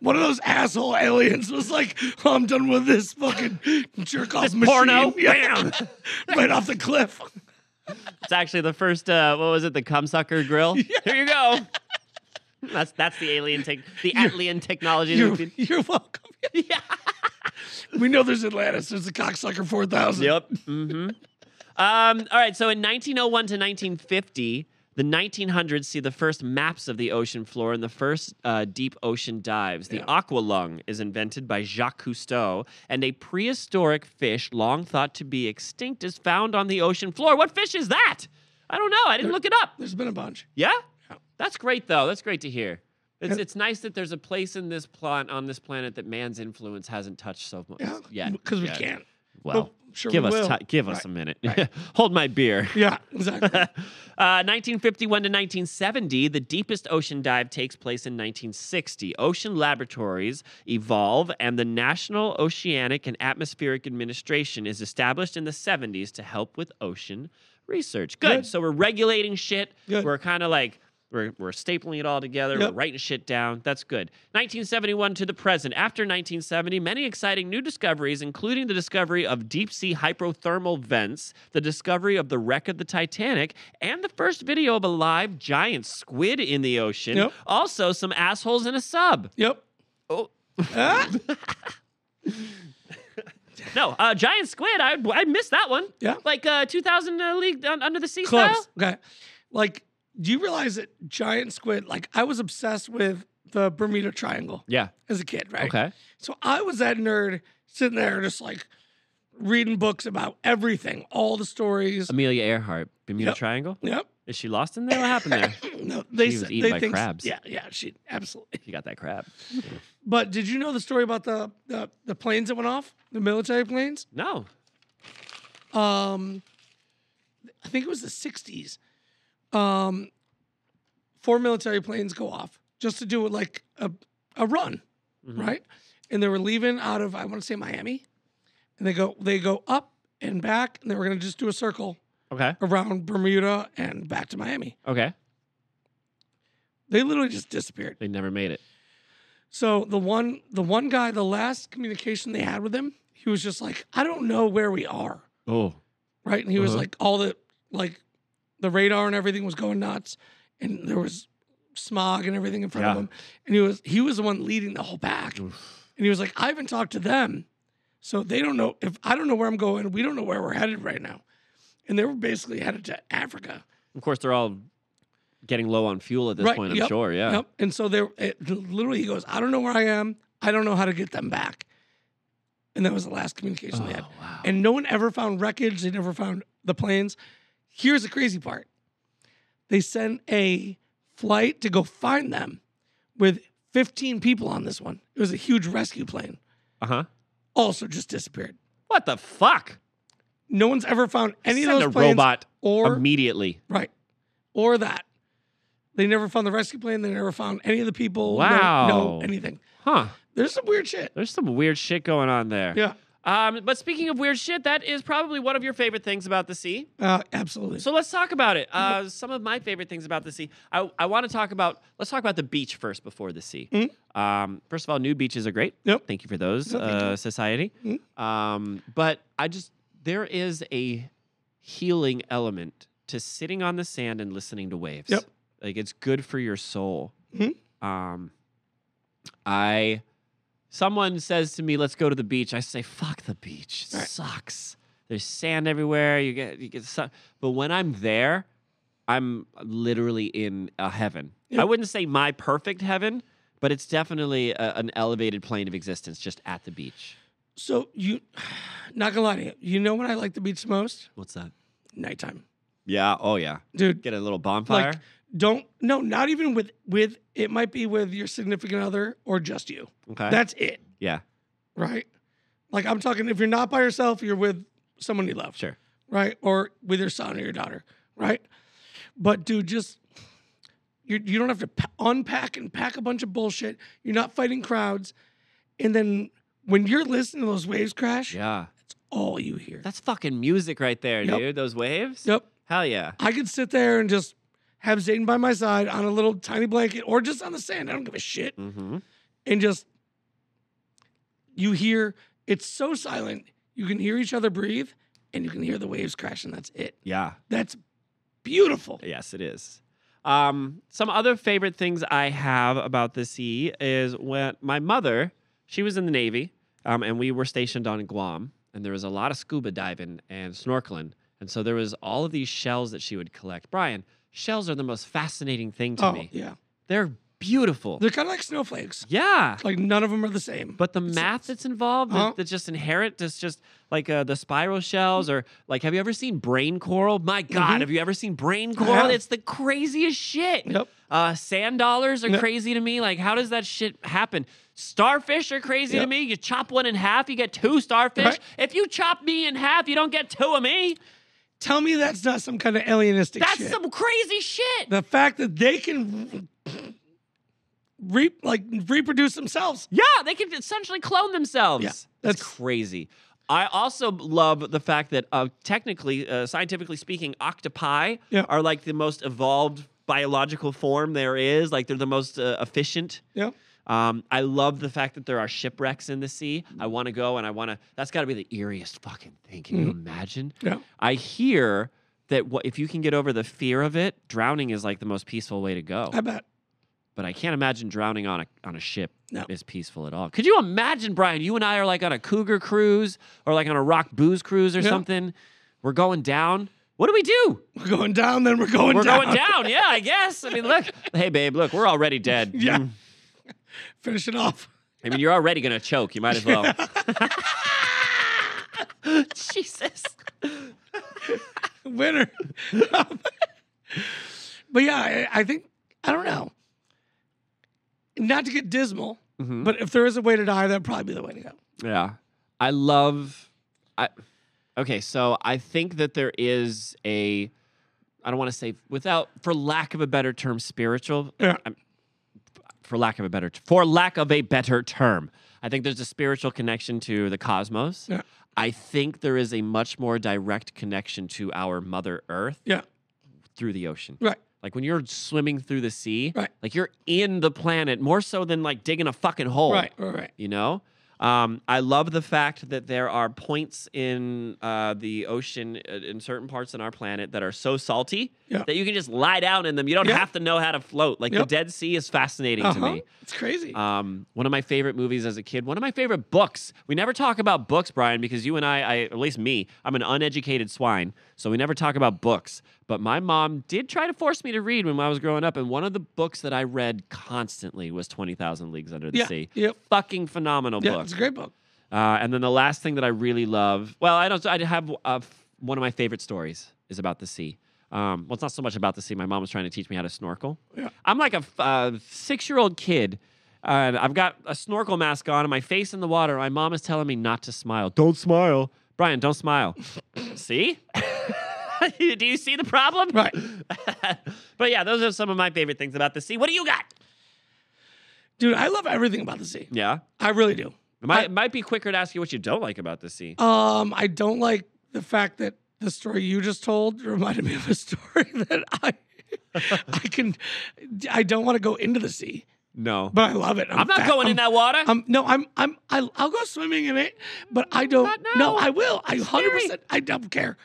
[SPEAKER 2] One of those asshole aliens was like, oh, "I'm done with this fucking jerk off
[SPEAKER 1] This
[SPEAKER 2] machine."
[SPEAKER 1] porno?
[SPEAKER 2] Yeah. right off the cliff.
[SPEAKER 1] It's actually the first. Uh, what was it? The cum sucker grill. Here you go. That's that's the alien tech, the Atlian technology. that
[SPEAKER 2] You're,
[SPEAKER 1] we've been-
[SPEAKER 2] you're welcome.
[SPEAKER 1] yeah.
[SPEAKER 2] We know there's Atlantis. There's the cocksucker four thousand.
[SPEAKER 1] Yep. Mm-hmm. Um, all right. So in 1901 to 1950, the 1900s see the first maps of the ocean floor and the first uh, deep ocean dives. The
[SPEAKER 2] Yeah.
[SPEAKER 1] aqua lung is invented by Jacques Cousteau, and a prehistoric fish long thought to be extinct is found on the ocean floor. What fish is that? I don't know. I didn't look it up.
[SPEAKER 2] There's been a bunch.
[SPEAKER 1] Yeah?
[SPEAKER 2] Yeah.
[SPEAKER 1] That's great though. That's great to hear. It's,
[SPEAKER 2] And-
[SPEAKER 1] it's nice that there's a place in this plan on this planet that man's influence hasn't touched so much
[SPEAKER 2] Yeah.
[SPEAKER 1] yet.
[SPEAKER 2] Because we
[SPEAKER 1] Yeah.
[SPEAKER 2] can't.
[SPEAKER 1] Well,
[SPEAKER 2] But sure
[SPEAKER 1] give
[SPEAKER 2] we
[SPEAKER 1] us
[SPEAKER 2] will.
[SPEAKER 1] ti- give us
[SPEAKER 2] Right.
[SPEAKER 1] a minute. Hold my beer.
[SPEAKER 2] Yeah. Exactly.
[SPEAKER 1] Uh, 1951 to 1970, the deepest ocean dive takes place in 1960. Ocean laboratories evolve, and the National Oceanic and Atmospheric Administration is established in the 70s to help with ocean research. Good.
[SPEAKER 2] Good.
[SPEAKER 1] So we're regulating shit.
[SPEAKER 2] Good.
[SPEAKER 1] We're kind of like. We're, we're stapling it all together.
[SPEAKER 2] Yep.
[SPEAKER 1] We're writing shit down. That's good. 1971 to the present. After 1970, many exciting new discoveries, including the discovery of deep sea hyperthermal vents, the discovery of the wreck of the Titanic, and the first video of a live giant squid in the ocean.
[SPEAKER 2] Yep.
[SPEAKER 1] Also, some assholes in a sub.
[SPEAKER 2] Yep.
[SPEAKER 1] Oh.
[SPEAKER 2] Ah,
[SPEAKER 1] No, uh, giant squid. I, I missed that one.
[SPEAKER 2] Yeah.
[SPEAKER 1] Like uh, 2000 uh, League Un- Under the Sea
[SPEAKER 2] Close.
[SPEAKER 1] style.
[SPEAKER 2] Okay. Like, do you realize that giant squid? Like, I was obsessed with the Bermuda Triangle
[SPEAKER 1] Yeah.
[SPEAKER 2] as a kid, right?
[SPEAKER 1] Okay.
[SPEAKER 2] So I was that nerd sitting there just like reading books about everything, all the stories.
[SPEAKER 1] Amelia Earhart, Bermuda
[SPEAKER 2] Yep.
[SPEAKER 1] Triangle.
[SPEAKER 2] Yep.
[SPEAKER 1] Is she lost in there? What happened there?
[SPEAKER 2] No, they
[SPEAKER 1] She was
[SPEAKER 2] s-
[SPEAKER 1] eaten
[SPEAKER 2] they
[SPEAKER 1] by
[SPEAKER 2] think,
[SPEAKER 1] crabs.
[SPEAKER 2] Yeah, yeah, she absolutely.
[SPEAKER 1] She got that crab.
[SPEAKER 2] But did you know the story about the the, the planes that went off, the military planes?
[SPEAKER 1] No.
[SPEAKER 2] Um, I think it was the '60s. Um, four military planes go off just to do like a a run, right? And they were leaving out of I want to say Miami, and they go they go up and back, and they were gonna just do a circle
[SPEAKER 1] Okay.
[SPEAKER 2] around Bermuda and back to Miami.
[SPEAKER 1] Okay.
[SPEAKER 2] They literally just disappeared.
[SPEAKER 1] They never made it.
[SPEAKER 2] So the one the one guy, the last communication they had with him, he was just like, I don't know where we are.
[SPEAKER 1] Oh.
[SPEAKER 2] Right. And he was
[SPEAKER 1] Uh-huh.
[SPEAKER 2] like all the like the radar and everything was going nuts. And there was smog and everything in front of
[SPEAKER 1] Yeah.
[SPEAKER 2] him. And he was he was the one leading the whole pack. And he was like, I haven't talked to them. So they don't know if I don't know where I'm going, we don't know where we're headed right now. And they were basically headed to Africa.
[SPEAKER 1] Of course, they're all getting low on fuel at this
[SPEAKER 2] Right,
[SPEAKER 1] point. I'm
[SPEAKER 2] yep,
[SPEAKER 1] sure. Yeah.
[SPEAKER 2] Yep. And so they it, literally he goes, I don't know where I am. I don't know how to get them back. And that was the last communication
[SPEAKER 1] Oh,
[SPEAKER 2] they had.
[SPEAKER 1] wow.
[SPEAKER 2] And no one ever found wreckage. They never found the planes. Here's the crazy part. They sent a flight to go find them with 15 people on this one. It was a huge rescue plane.
[SPEAKER 1] Uh huh.
[SPEAKER 2] Also just disappeared.
[SPEAKER 1] What the fuck?
[SPEAKER 2] No one's ever found any
[SPEAKER 1] Send
[SPEAKER 2] of those
[SPEAKER 1] a
[SPEAKER 2] planes
[SPEAKER 1] robot
[SPEAKER 2] or
[SPEAKER 1] immediately.
[SPEAKER 2] Right. Or that. They never found the rescue plan. They never found any of the people. no- No,
[SPEAKER 1] Wow.
[SPEAKER 2] anything.
[SPEAKER 1] Huh.
[SPEAKER 2] There's some weird shit.
[SPEAKER 1] There's some weird shit going on there.
[SPEAKER 2] Yeah.
[SPEAKER 1] Um, but speaking of weird shit, that is probably one of your favorite things about the sea.
[SPEAKER 2] Uh, absolutely.
[SPEAKER 1] So let's talk about it.
[SPEAKER 2] Mm-hmm.
[SPEAKER 1] Uh, some of my favorite things about the sea. I, I want to talk about, let's talk about the beach first before the sea. Um, first of all, new beaches are great.
[SPEAKER 2] Mm-hmm. Yep.
[SPEAKER 1] Thank you for those,
[SPEAKER 2] No, thank Mm-hmm.
[SPEAKER 1] uh, society. Um, but I just, there is a healing element to sitting on the sand and listening to waves.
[SPEAKER 2] Yep.
[SPEAKER 1] Like it's good for your soul.
[SPEAKER 2] Mhm.
[SPEAKER 1] Um, I, someone says to me, let's go to the beach. I say, fuck the beach. It
[SPEAKER 2] Right.
[SPEAKER 1] sucks. There's sand everywhere. You get, you get, sun. but when I'm there, I'm literally in a heaven.
[SPEAKER 2] Yeah.
[SPEAKER 1] I wouldn't say my perfect heaven, but it's definitely a, an elevated plane of existence just at the beach.
[SPEAKER 2] So you, not gonna lie to you, you know when I like the beach the most?
[SPEAKER 1] What's that?
[SPEAKER 2] Nighttime,
[SPEAKER 1] Yeah. Oh, yeah.
[SPEAKER 2] dude.
[SPEAKER 1] Get a little bonfire.
[SPEAKER 2] Like, don't no, not even with with it might be with your significant other or just you.
[SPEAKER 1] okay.
[SPEAKER 2] That's it,
[SPEAKER 1] yeah.
[SPEAKER 2] right? Like I'm talking, if you're not by yourself, you're with someone you love.
[SPEAKER 1] Sure.
[SPEAKER 2] right? Or with your son or your daughter, right? But dude, just you you don't have to pa- unpack and pack a bunch of bullshit. You're not fighting crowds, and then when you're listening to those waves crash,
[SPEAKER 1] Yeah.
[SPEAKER 2] all you hear.
[SPEAKER 1] That's fucking music right there,
[SPEAKER 2] Yep.
[SPEAKER 1] dude. Those waves.
[SPEAKER 2] Yep,
[SPEAKER 1] Hell yeah.
[SPEAKER 2] I could sit there and just have Zayden by my side on a little tiny blanket or just on the sand. I don't give a shit,
[SPEAKER 1] Mm-hmm.
[SPEAKER 2] and just you hear. It's so silent. You can hear each other breathe, and you can hear the waves crash, and that's it.
[SPEAKER 1] Yeah.
[SPEAKER 2] That's beautiful.
[SPEAKER 1] Yes, it is. Um, some other favorite things I have about the sea is when my mother, she was in the Navy, um, and we were stationed on Guam, and there was a lot of scuba diving and snorkeling, and so there was all of these shells that she would collect. Brian, shells are the most fascinating thing to
[SPEAKER 2] oh
[SPEAKER 1] me.
[SPEAKER 2] yeah.
[SPEAKER 1] They're beautiful.
[SPEAKER 2] They're kind of like snowflakes.
[SPEAKER 1] yeah.
[SPEAKER 2] Like none of them are the same.
[SPEAKER 1] But the math that's involved, that-
[SPEAKER 2] Uh-huh.
[SPEAKER 1] that's just inherent, that's just like uh, the spiral shells, or like, have you ever seen brain coral? My God,
[SPEAKER 2] Mhm.
[SPEAKER 1] have you ever seen brain coral?
[SPEAKER 2] have.
[SPEAKER 1] It's the craziest shit.
[SPEAKER 2] Yep.
[SPEAKER 1] Uh, sand dollars are
[SPEAKER 2] Yep.
[SPEAKER 1] crazy to me. Like, how does that shit happen? Starfish are crazy to
[SPEAKER 2] Yep.
[SPEAKER 1] me. You chop one in half, you get two starfish.
[SPEAKER 2] Right.
[SPEAKER 1] If you chop me in half, you don't get two of me.
[SPEAKER 2] tell me that's not some kind of alienistic
[SPEAKER 1] That's
[SPEAKER 2] shit.
[SPEAKER 1] some crazy shit.
[SPEAKER 2] the fact that they can re- like reproduce themselves.
[SPEAKER 1] Yeah, they can essentially clone themselves.
[SPEAKER 2] Yeah,
[SPEAKER 1] that's,
[SPEAKER 2] that's-
[SPEAKER 1] crazy. I also love the fact that, uh, technically, uh, scientifically speaking, octopi
[SPEAKER 2] Yeah.
[SPEAKER 1] are like the most evolved biological form there is. Like they're the most uh, efficient.
[SPEAKER 2] Yeah.
[SPEAKER 1] Um, I love the fact that there are shipwrecks in the sea. I want to go and I want to. That's got to be the eeriest fucking thing. Can you imagine?
[SPEAKER 2] Mm-hmm. Yeah.
[SPEAKER 1] I hear that what, if you can get over the fear of it, drowning is like the most peaceful way to go
[SPEAKER 2] I bet.
[SPEAKER 1] but I can't imagine drowning on a on a ship
[SPEAKER 2] No.
[SPEAKER 1] is peaceful at all. Could you imagine, Brian? You and I are like on a cougar cruise or like on a rock booze cruise or
[SPEAKER 2] Yeah.
[SPEAKER 1] something. We're going down. What do we do?
[SPEAKER 2] We're going down, then we're going
[SPEAKER 1] We're
[SPEAKER 2] down.
[SPEAKER 1] going down. Yeah, I guess. I mean, look. Hey, babe. Look, we're already dead.
[SPEAKER 2] Yeah.
[SPEAKER 1] Mm.
[SPEAKER 2] Finish it off.
[SPEAKER 1] I mean, you're already gonna choke. You might as well. Jesus.
[SPEAKER 2] Winner. but yeah, I, I think, I don't know. Not to get dismal,
[SPEAKER 1] Mhm.
[SPEAKER 2] but if there is a way to die, that'd probably be the way to go.
[SPEAKER 1] Yeah. I love I Okay, so I think that there is a I don't want to say without for lack of a better term spiritual
[SPEAKER 2] Yeah.
[SPEAKER 1] I'm- for lack of a better for lack of a better term. I think there's a spiritual connection to the cosmos.
[SPEAKER 2] Yeah.
[SPEAKER 1] I think there is a much more direct connection to our mother earth
[SPEAKER 2] Yeah.
[SPEAKER 1] through the ocean.
[SPEAKER 2] Right.
[SPEAKER 1] Like when you're swimming through the sea,
[SPEAKER 2] Right.
[SPEAKER 1] like you're in the planet more so than like digging a fucking hole
[SPEAKER 2] Right. Right. Right.
[SPEAKER 1] you know um, i love the fact that there are points in uh, the ocean uh, in certain parts on our planet that are so salty
[SPEAKER 2] Yeah.
[SPEAKER 1] that you can just lie down in them you don't
[SPEAKER 2] Yeah. Uh-huh.
[SPEAKER 1] have to know how to float like
[SPEAKER 2] Yep.
[SPEAKER 1] the dead sea is fascinating to me
[SPEAKER 2] It's crazy.
[SPEAKER 1] um, one of my favorite movies as a kid one of my favorite books we never talk about books brian because you and I, I at least me i'm an uneducated swine so we never talk about books but my mom did try to force me to read when i was growing up and one of the books that i read constantly was 20000 leagues under the
[SPEAKER 2] yeah.
[SPEAKER 1] sea
[SPEAKER 2] Yep.
[SPEAKER 1] fucking phenomenal
[SPEAKER 2] Yeah.
[SPEAKER 1] book.
[SPEAKER 2] It's a great book.
[SPEAKER 1] Uh, and then the last thing that I really love, well, I don't, I have uh, f- one of my favorite stories is about the sea. Um, well, it's not so much about the sea. My mom was trying to teach me how to snorkel.
[SPEAKER 2] Yeah.
[SPEAKER 1] I'm like a f- uh, six year old kid. uh, And I've got a snorkel mask on and my face in the water. My mom is telling me not to smile. Don't smile. Brian, don't smile. see? do you see the problem?
[SPEAKER 2] Right.
[SPEAKER 1] but yeah, those are some of my favorite things about the sea. What do you got?
[SPEAKER 2] Dude, I love everything about the sea.
[SPEAKER 1] Yeah.
[SPEAKER 2] I really do.
[SPEAKER 1] It might,
[SPEAKER 2] I-
[SPEAKER 1] it might be quicker to ask you what you don't like about the sea.
[SPEAKER 2] Um, I don't like the fact that the story you just told reminded me of a story that I I can I don't want to go into the sea,
[SPEAKER 1] No.
[SPEAKER 2] but I love it.
[SPEAKER 1] I'm not
[SPEAKER 2] fa-
[SPEAKER 1] going in that water.
[SPEAKER 2] I'm, no, I'm I'm I, I'll go swimming in it, but I don't.
[SPEAKER 1] Not now.
[SPEAKER 2] No, I will. I hundred percent. I don't care.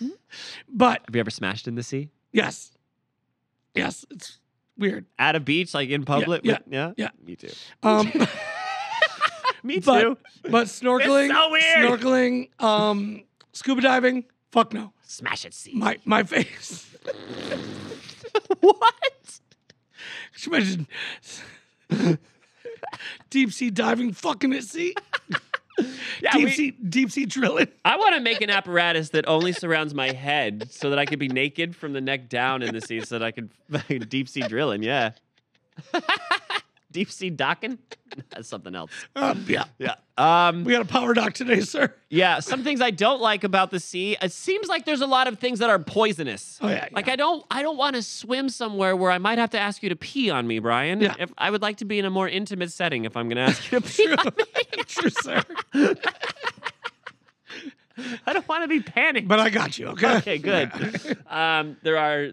[SPEAKER 1] Hmm?
[SPEAKER 2] but
[SPEAKER 1] Have you ever smashed in the sea?
[SPEAKER 2] yes, yes, it's weird.
[SPEAKER 1] At a beach, like in public?
[SPEAKER 2] yeah,
[SPEAKER 1] with- yeah.
[SPEAKER 2] yeah.
[SPEAKER 1] Me too.
[SPEAKER 2] Um,
[SPEAKER 1] Me
[SPEAKER 2] But-
[SPEAKER 1] too.
[SPEAKER 2] but snorkeling,
[SPEAKER 1] so weird.
[SPEAKER 2] snorkeling, um, scuba diving. Fuck no.
[SPEAKER 1] Smash at sea.
[SPEAKER 2] My my face.
[SPEAKER 1] what?
[SPEAKER 2] Could you imagine deep sea diving, fucking at sea,
[SPEAKER 1] Yeah,
[SPEAKER 2] deep
[SPEAKER 1] we-
[SPEAKER 2] sea, deep sea drilling.
[SPEAKER 1] I want to make an apparatus that only surrounds my head so that I could be naked from the neck down in the sea so that I could deep sea drilling. Yeah. deep sea docking? That's something else.
[SPEAKER 2] Um, yeah,
[SPEAKER 1] Yeah. Um,
[SPEAKER 2] we got a power dock today, sir.
[SPEAKER 1] Yeah, some things I don't like about the sea. It seems like there's a lot of things that are poisonous.
[SPEAKER 2] Oh, yeah,
[SPEAKER 1] Like
[SPEAKER 2] yeah.
[SPEAKER 1] I don't I don't want to swim somewhere where I might have to ask you to pee on me, Brian.
[SPEAKER 2] Yeah.
[SPEAKER 1] If I would like to be in a more intimate setting if I'm going to ask you to pee.
[SPEAKER 2] True, true, sir.
[SPEAKER 1] I don't want to be panicked.
[SPEAKER 2] But I got you. Okay.
[SPEAKER 1] okay, good. Um, there are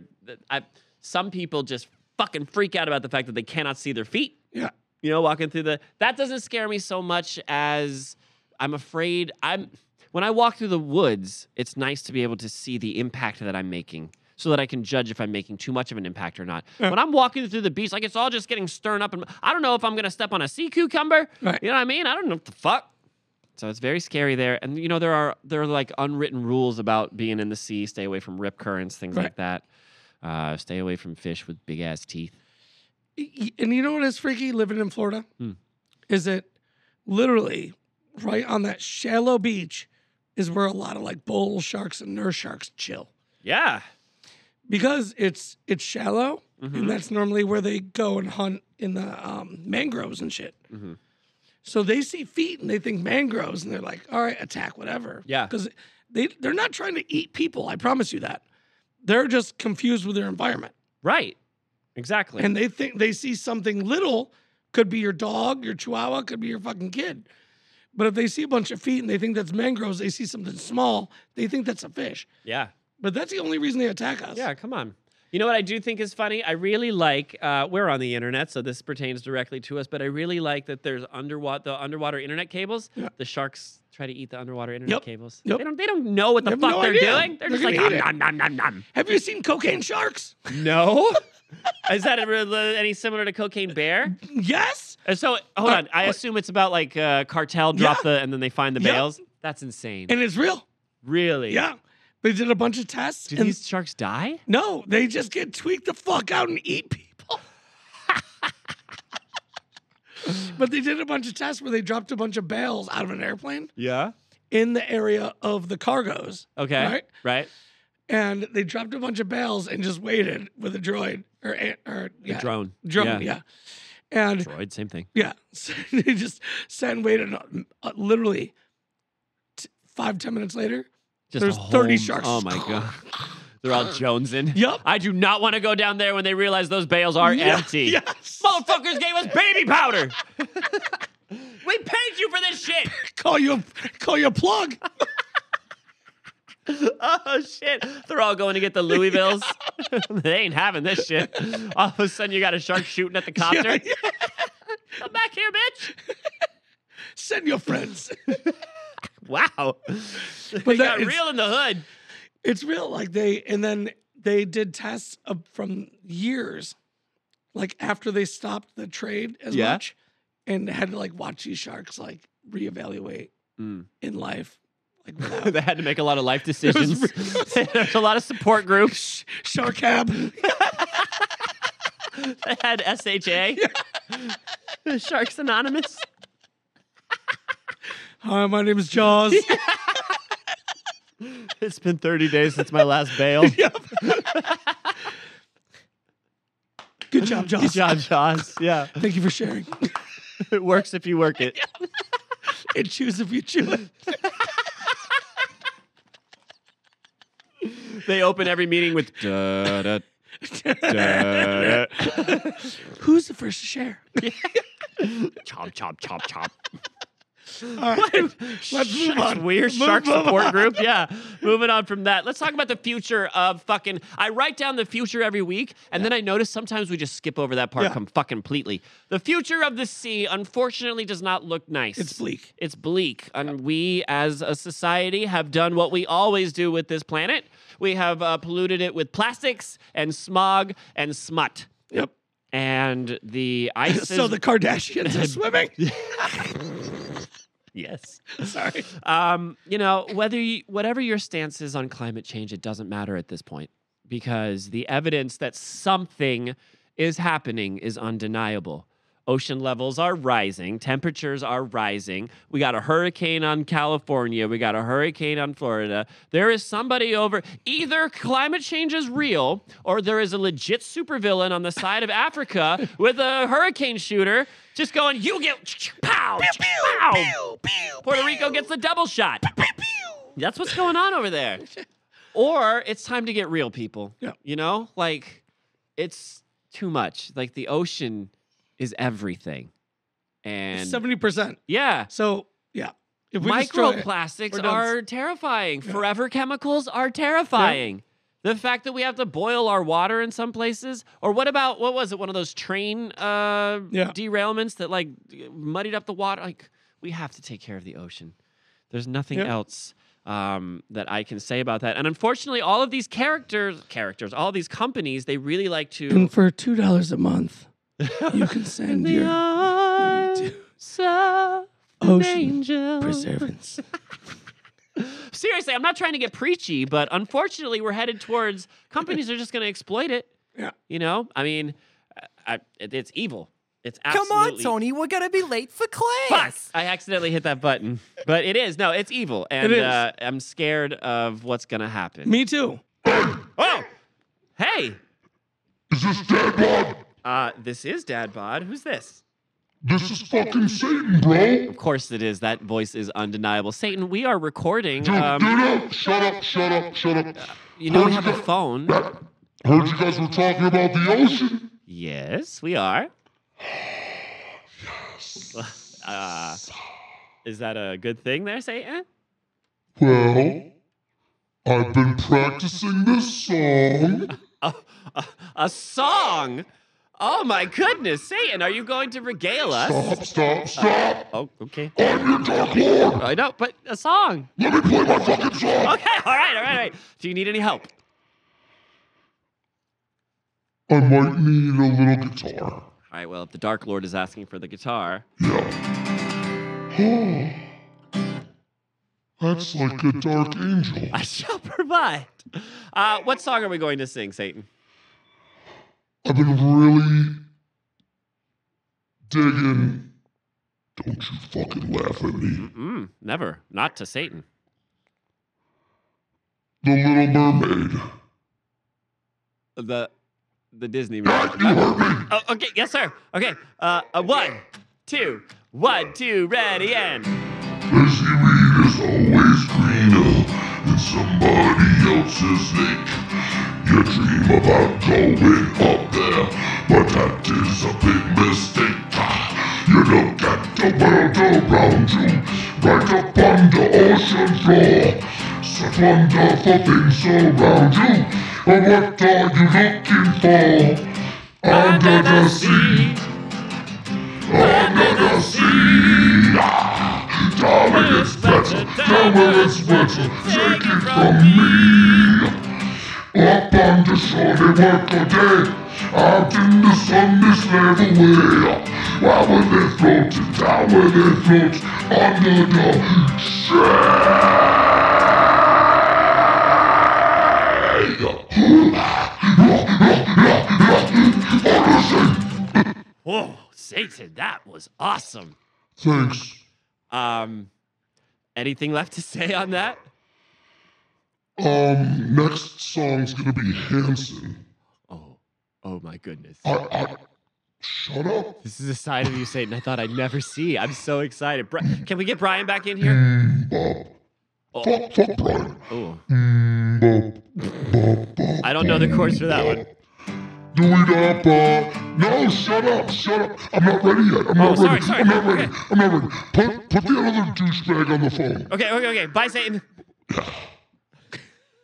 [SPEAKER 1] I, some people just fucking freak out about the fact that they cannot see their feet.
[SPEAKER 2] Yeah.
[SPEAKER 1] you know walking through the that doesn't scare me so much as i'm afraid i'm when i walk through the woods it's nice to be able to see the impact that i'm making so that i can judge if i'm making too much of an impact or not when i'm walking through the beach like it's all just getting stirred up and i don't know if i'm gonna step on a sea cucumber
[SPEAKER 2] Right.
[SPEAKER 1] you know what i mean i don't know what the fuck so it's very scary there and you know there are there are like unwritten rules about being in the sea stay away from rip currents things
[SPEAKER 2] Right.
[SPEAKER 1] like that uh, stay away from fish with big ass teeth
[SPEAKER 2] Y- y- And you know what is freaky living in Florida?
[SPEAKER 1] Hmm.
[SPEAKER 2] Is it literally right on that shallow beach is where a lot of like bull sharks and nurse sharks chill
[SPEAKER 1] yeah
[SPEAKER 2] because it's it's shallow
[SPEAKER 1] Mhm.
[SPEAKER 2] and that's normally where they go and hunt in the um, mangroves and shit.
[SPEAKER 1] Mhm.
[SPEAKER 2] So they see feet and they think mangroves and they're like, all right, attack whatever.
[SPEAKER 1] Yeah.
[SPEAKER 2] because they they're not trying to eat people. I promise you that. They're just confused with their environment.
[SPEAKER 1] right exactly
[SPEAKER 2] and they think they see something little could be your dog your chihuahua could be your fucking kid but if they see a bunch of feet and they think that's mangroves they see something small they think that's a fish
[SPEAKER 1] yeah
[SPEAKER 2] but that's the only reason they attack us
[SPEAKER 1] Yeah, come on. You know what I do think is funny? I really like uh, we're on the internet, so this pertains directly to us. But I really like that there's underwater the underwater internet cables.
[SPEAKER 2] Yeah.
[SPEAKER 1] The sharks try to eat the underwater internet
[SPEAKER 2] Yep.
[SPEAKER 1] cables.
[SPEAKER 2] Yep.
[SPEAKER 1] They don't they don't know what the
[SPEAKER 2] They have
[SPEAKER 1] fuck
[SPEAKER 2] no
[SPEAKER 1] they're
[SPEAKER 2] idea.
[SPEAKER 1] doing. They're,
[SPEAKER 2] They're
[SPEAKER 1] just like
[SPEAKER 2] gonna eat
[SPEAKER 1] nom, nom, nom, nom,
[SPEAKER 2] have you seen cocaine sharks
[SPEAKER 1] nom. No. Is that a, re- any similar to Cocaine Bear?
[SPEAKER 2] yes
[SPEAKER 1] Uh, So hold
[SPEAKER 2] Uh,
[SPEAKER 1] on, I
[SPEAKER 2] what-
[SPEAKER 1] assume it's about like uh, cartel drop the and then they find the
[SPEAKER 2] Yeah.
[SPEAKER 1] bales. That's insane.
[SPEAKER 2] and it's real
[SPEAKER 1] really?
[SPEAKER 2] yeah they did a bunch of tests
[SPEAKER 1] Do
[SPEAKER 2] and
[SPEAKER 1] these sharks die?
[SPEAKER 2] no they just get tweaked the fuck out and eat people But they did a bunch of tests where they dropped a bunch of bales out of an airplane
[SPEAKER 1] Yeah.
[SPEAKER 2] in the area of the cargoes.
[SPEAKER 1] Okay. Right.
[SPEAKER 2] Right? And they dropped a bunch of bales and just waited with a droid or, a- or yeah,
[SPEAKER 1] Drone.
[SPEAKER 2] drone, yeah. And
[SPEAKER 1] Droid. Same thing.
[SPEAKER 2] yeah, so they just sat and waited and, uh, literally t- five, 10 minutes later.
[SPEAKER 1] Just
[SPEAKER 2] There's
[SPEAKER 1] a whole-
[SPEAKER 2] 30 sharks.
[SPEAKER 1] Oh my god. They're all jonesing.
[SPEAKER 2] Yup.
[SPEAKER 1] I do not want to go down there when they realize those bales are
[SPEAKER 2] Yeah,
[SPEAKER 1] empty.
[SPEAKER 2] Yes.
[SPEAKER 1] Motherfuckers gave us baby powder. we paid you for this shit.
[SPEAKER 2] call you a, call you a plug.
[SPEAKER 1] Oh shit! They're all going to get the Louisvilles. they ain't having this shit. All of a sudden, you got a shark shooting at the copter.
[SPEAKER 2] Yeah, yeah.
[SPEAKER 1] Come back here, bitch!
[SPEAKER 2] Send your friends.
[SPEAKER 1] Wow,
[SPEAKER 2] But that
[SPEAKER 1] they got
[SPEAKER 2] is-
[SPEAKER 1] real in the hood.
[SPEAKER 2] It's real. Like they, and then they did tests up from years, like after they stopped the trade as
[SPEAKER 1] Yeah.
[SPEAKER 2] much, and had to like watch these sharks like reevaluate in life, like without
[SPEAKER 1] they had to make a lot of life
[SPEAKER 2] Mm. It was
[SPEAKER 1] decisions.
[SPEAKER 2] real.
[SPEAKER 1] There's a lot of support groups.
[SPEAKER 2] shark cab.
[SPEAKER 1] They had SHA, Sharks Anonymous.
[SPEAKER 2] Hi, my name is Jaws.
[SPEAKER 1] It's been 30 days since my last bail.
[SPEAKER 2] Yep. Good job, Jaws.
[SPEAKER 1] Good job, Josh. Yeah,
[SPEAKER 2] Thank you for sharing.
[SPEAKER 1] it works if you work it.
[SPEAKER 2] and choose if you choose.
[SPEAKER 1] They open every meeting with. Da, da, da, da.
[SPEAKER 2] Who's the first to share?
[SPEAKER 1] Chop, chop, chop, chop.
[SPEAKER 2] All right. Let's move
[SPEAKER 1] Sharks-
[SPEAKER 2] on.
[SPEAKER 1] Weird
[SPEAKER 2] Move-
[SPEAKER 1] shark
[SPEAKER 2] move
[SPEAKER 1] support
[SPEAKER 2] on.
[SPEAKER 1] group. Yeah. Moving on from that. Let's talk about the future of fucking. I write down the future every week, and then I notice sometimes we just skip over that part
[SPEAKER 2] Yeah.
[SPEAKER 1] com- fucking completely. The future of the sea, unfortunately, does not look nice.
[SPEAKER 2] It's bleak.
[SPEAKER 1] It's bleak. And we as a society have done what we always do with this planet we have uh, polluted it with plastics and smog and smut.
[SPEAKER 2] Yep.
[SPEAKER 1] And the ice.
[SPEAKER 2] So
[SPEAKER 1] is-
[SPEAKER 2] the Kardashians are swimming.
[SPEAKER 1] yes.
[SPEAKER 2] Sorry.
[SPEAKER 1] um, you know, whether you, whatever your stance is on climate change, it doesn't matter at this point because the evidence that something is happening is undeniable. Ocean levels are rising, temperatures are rising. We got a hurricane on California, we got a hurricane on Florida. There is somebody over either climate change is real or there is a legit supervillain on the side of Africa with a hurricane shooter just going, you get pow, pow, Puerto Rico gets the double shot. That's what's going on over there. Or it's time to get real, people.
[SPEAKER 2] Yeah.
[SPEAKER 1] You know, like it's too much. Like the ocean is everything. And
[SPEAKER 2] Seventy percent.
[SPEAKER 1] yeah,
[SPEAKER 2] So yeah, if we destroy it, we're
[SPEAKER 1] microplastics
[SPEAKER 2] done.
[SPEAKER 1] are terrifying.
[SPEAKER 2] Yeah.
[SPEAKER 1] Forever chemicals are terrifying. The fact that we have to boil our water in some places, or what about what was it? One of those train uh,
[SPEAKER 2] Yeah.
[SPEAKER 1] derailments that like muddied up the water. Like we have to take care of the ocean. There's nothing
[SPEAKER 2] Yeah.
[SPEAKER 1] else um, that I can say about that. And unfortunately, all of these characters, characters, all these companies, they really like to.
[SPEAKER 2] and for two dollars a month, you can send your
[SPEAKER 1] of
[SPEAKER 2] Ocean
[SPEAKER 1] angel.
[SPEAKER 2] preservance.
[SPEAKER 1] seriously, I'm not trying to get preachy, but unfortunately, we're headed towards companies are just going to exploit it.
[SPEAKER 2] Yeah.
[SPEAKER 1] You know, I mean, I, I, it- it's evil. It's
[SPEAKER 3] Come
[SPEAKER 1] absolutely
[SPEAKER 3] on, Tony, we're gonna be late for
[SPEAKER 1] Fuck!
[SPEAKER 3] class.
[SPEAKER 1] I accidentally hit that button, but it is no, it's evil, and
[SPEAKER 2] It is.
[SPEAKER 1] Uh, I'm scared of what's going to happen.
[SPEAKER 2] Me too.
[SPEAKER 1] oh, hey, is this Dad Bod? Uh, this is Dad Bod. Who's this?
[SPEAKER 4] This is fucking Satan, bro.
[SPEAKER 1] Of course it is. That voice is undeniable. Satan, we are recording.
[SPEAKER 4] Dude,
[SPEAKER 1] Um,
[SPEAKER 4] dude, up. Shut up, shut up, shut up.
[SPEAKER 1] you know we have a phone.
[SPEAKER 4] Heard you guys were talking about the ocean.
[SPEAKER 1] Yes, we are. yes. Uh, is that a good thing there, Satan?
[SPEAKER 4] Well, I've been practicing this song.
[SPEAKER 1] A, a song? Oh my goodness, Satan, are you going to regale us?
[SPEAKER 4] Stop, stop, stop.
[SPEAKER 1] Oh, okay.
[SPEAKER 4] I'm your Dark Lord.
[SPEAKER 1] I know, but a song.
[SPEAKER 4] Let me play my fucking song.
[SPEAKER 1] Okay, all right, all right, all right. Do you need any help?
[SPEAKER 4] I might need a little guitar.
[SPEAKER 1] All right, well, if the Dark Lord is asking for the guitar,
[SPEAKER 4] Yeah. That's like a dark angel.
[SPEAKER 1] I shall provide. Uh, what song are we going to sing, Satan?
[SPEAKER 4] I've been really digging Don't you fucking laugh at me.
[SPEAKER 1] Mm, never. Not to Satan.
[SPEAKER 4] The Little Mermaid.
[SPEAKER 1] The the Disney.
[SPEAKER 4] God, you heard me.
[SPEAKER 1] Oh, okay. Yes, sir. Okay. Uh, a one, two, one, two. Ready and.
[SPEAKER 4] As you eat is always greener than somebody else's lake. You dream about going up there, but that is a big mistake. You look at the world around you, right up on the ocean floor. Such wonderful things around you, and what are you looking for? Under the sea, under the sea. Darling, it's better. Darling, it's better. Take it from me. Up on the shore, they work all day. Out in the sun, they slave away. Why were they floating? Down where they float under the
[SPEAKER 1] Whoa, Oh, Satan, that was awesome.
[SPEAKER 4] Thanks.
[SPEAKER 1] Um, anything left to say on that?
[SPEAKER 4] Um, next song's gonna be Hanson.
[SPEAKER 1] Oh, oh my goodness.
[SPEAKER 4] I, I, shut up.
[SPEAKER 1] This is a side of you, Satan, I thought I'd never see. I'm so excited. Bri- Can we get Brian back in here?
[SPEAKER 4] Mm, Bob.
[SPEAKER 1] Oh,
[SPEAKER 4] Fuck, fuck Brian.
[SPEAKER 1] oh.
[SPEAKER 4] Mm, Bob. Bob, Bob.
[SPEAKER 1] I don't know the chords for that one.
[SPEAKER 4] Do it up, uh, no, shut up, shut up. I'm not ready yet. I'm
[SPEAKER 1] Oh,
[SPEAKER 4] not
[SPEAKER 1] sorry,
[SPEAKER 4] ready.
[SPEAKER 1] sorry,
[SPEAKER 4] I'm not ready.
[SPEAKER 1] okay.
[SPEAKER 4] I'm not ready. Put, put the other douchebag on the phone.
[SPEAKER 1] Okay, okay, okay. Bye, Satan.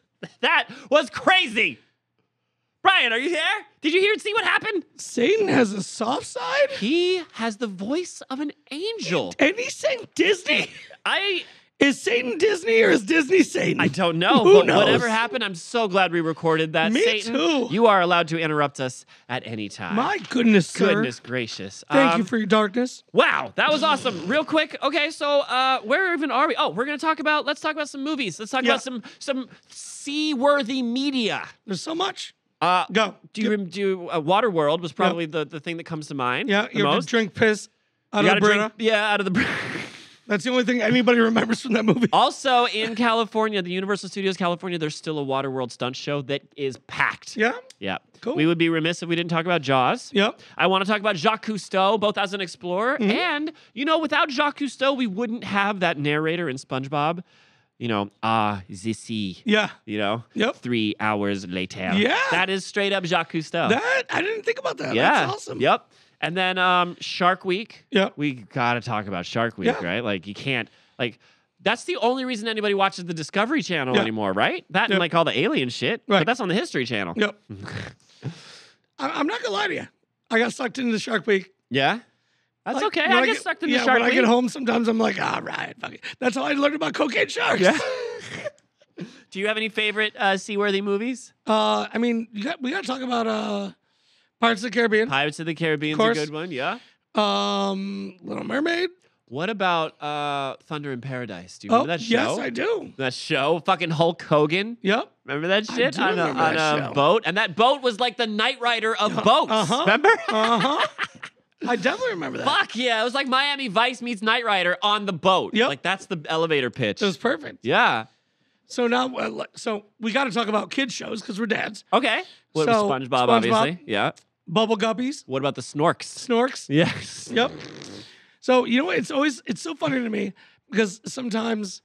[SPEAKER 1] that was crazy. Brian, are you there? Did you hear and see what happened?
[SPEAKER 2] Satan has a soft side,
[SPEAKER 1] He has the voice of an angel.
[SPEAKER 2] and he sang Disney.
[SPEAKER 1] I
[SPEAKER 2] Is Satan Disney or is Disney Satan?
[SPEAKER 1] I don't know,
[SPEAKER 2] Who
[SPEAKER 1] but
[SPEAKER 2] knows?
[SPEAKER 1] whatever happened, I'm so glad we recorded that.
[SPEAKER 2] Me
[SPEAKER 1] Satan,
[SPEAKER 2] too.
[SPEAKER 1] You are allowed to interrupt us at any time.
[SPEAKER 2] My goodness, sir.
[SPEAKER 1] goodness gracious!
[SPEAKER 2] Thank
[SPEAKER 1] Um,
[SPEAKER 2] you for your darkness.
[SPEAKER 1] wow, that was awesome. Real quick, okay, so uh, where even are we? Oh, we're gonna talk about. Let's talk about some movies. Let's talk
[SPEAKER 2] Yeah.
[SPEAKER 1] about some some seaworthy media.
[SPEAKER 2] There's so much.
[SPEAKER 1] Uh,
[SPEAKER 2] Go.
[SPEAKER 1] do you rem- do you- uh, Waterworld was probably the, the thing that comes to mind.
[SPEAKER 2] Yeah,
[SPEAKER 1] the
[SPEAKER 2] you have to
[SPEAKER 1] most.
[SPEAKER 2] drink piss out
[SPEAKER 1] you
[SPEAKER 2] of
[SPEAKER 1] gotta
[SPEAKER 2] the Brita.
[SPEAKER 1] drink. Yeah, out of the. br-
[SPEAKER 2] That's the only thing anybody remembers from that movie.
[SPEAKER 1] also in California, the Universal Studios California, there's still a Waterworld stunt show that is packed.
[SPEAKER 2] Yeah.
[SPEAKER 1] Yeah.
[SPEAKER 2] Cool.
[SPEAKER 1] We would be remiss if we didn't talk about Jaws.
[SPEAKER 2] Yep.
[SPEAKER 1] I want to talk about Jacques Cousteau, both as an explorer
[SPEAKER 2] Mm-hmm.
[SPEAKER 1] and, you know, without Jacques Cousteau, we wouldn't have that narrator in SpongeBob. You know, ah, the sea.
[SPEAKER 2] Yeah.
[SPEAKER 1] You know,
[SPEAKER 2] Yep.
[SPEAKER 1] three hours later.
[SPEAKER 2] Yeah.
[SPEAKER 1] That is straight up Jacques Cousteau.
[SPEAKER 2] That I didn't think about that.
[SPEAKER 1] yeah.
[SPEAKER 2] That's awesome.
[SPEAKER 1] Yep. And then um, Shark Week.
[SPEAKER 2] Yep.
[SPEAKER 1] We got to talk about Shark Week,
[SPEAKER 2] Yeah.
[SPEAKER 1] right? Like, you can't, like, that's the only reason anybody watches the Discovery Channel
[SPEAKER 2] Yeah.
[SPEAKER 1] anymore, right?
[SPEAKER 2] Yep.
[SPEAKER 1] That and like all the alien shit. But
[SPEAKER 2] Right.
[SPEAKER 1] that's on the History Channel.
[SPEAKER 2] Yep. I, I'm not gonna lie to you. I got sucked into Shark Week.
[SPEAKER 1] Yeah. That's
[SPEAKER 2] Like,
[SPEAKER 1] okay.
[SPEAKER 2] when
[SPEAKER 1] I get sucked into
[SPEAKER 2] yeah,
[SPEAKER 1] Shark
[SPEAKER 2] when
[SPEAKER 1] Week.
[SPEAKER 2] I get home, sometimes I'm like, all right, fuck it. That's how I learned about cocaine sharks.
[SPEAKER 1] Yeah. Do you have any favorite uh, seaworthy movies?
[SPEAKER 2] Uh, I mean, you got, we got to talk about uh, Pirates of the Caribbean,
[SPEAKER 1] Pirates of the Caribbean's a
[SPEAKER 2] course.
[SPEAKER 1] good one. Yeah.
[SPEAKER 2] um, Little Mermaid.
[SPEAKER 1] What about uh, Thunder in Paradise? Do you remember that show?
[SPEAKER 2] Oh, yes, I do.
[SPEAKER 1] that show, fucking Hulk Hogan.
[SPEAKER 2] Yep.
[SPEAKER 1] Remember that
[SPEAKER 2] I
[SPEAKER 1] shit
[SPEAKER 2] do
[SPEAKER 1] on a,
[SPEAKER 2] remember
[SPEAKER 1] on
[SPEAKER 2] that
[SPEAKER 1] a
[SPEAKER 2] show.
[SPEAKER 1] boat, and that boat was like the Knight Rider of boats.
[SPEAKER 2] uh-huh.
[SPEAKER 1] Remember?
[SPEAKER 2] Uh huh. I definitely remember that.
[SPEAKER 1] Fuck yeah! It was like Miami Vice meets Knight Rider on the boat.
[SPEAKER 2] Yep.
[SPEAKER 1] Like that's the elevator pitch.
[SPEAKER 2] It was perfect.
[SPEAKER 1] yeah.
[SPEAKER 2] So now, uh, le- so we got to talk about kids shows because we're dads.
[SPEAKER 1] Okay. What
[SPEAKER 2] So,
[SPEAKER 1] SpongeBob,
[SPEAKER 2] SpongeBob.
[SPEAKER 1] obviously. Yeah.
[SPEAKER 2] Bubble guppies,
[SPEAKER 1] What about the Snorks?
[SPEAKER 2] snorks.
[SPEAKER 1] Yes.
[SPEAKER 2] Yep. So you know, what? it's always it's so funny to me because sometimes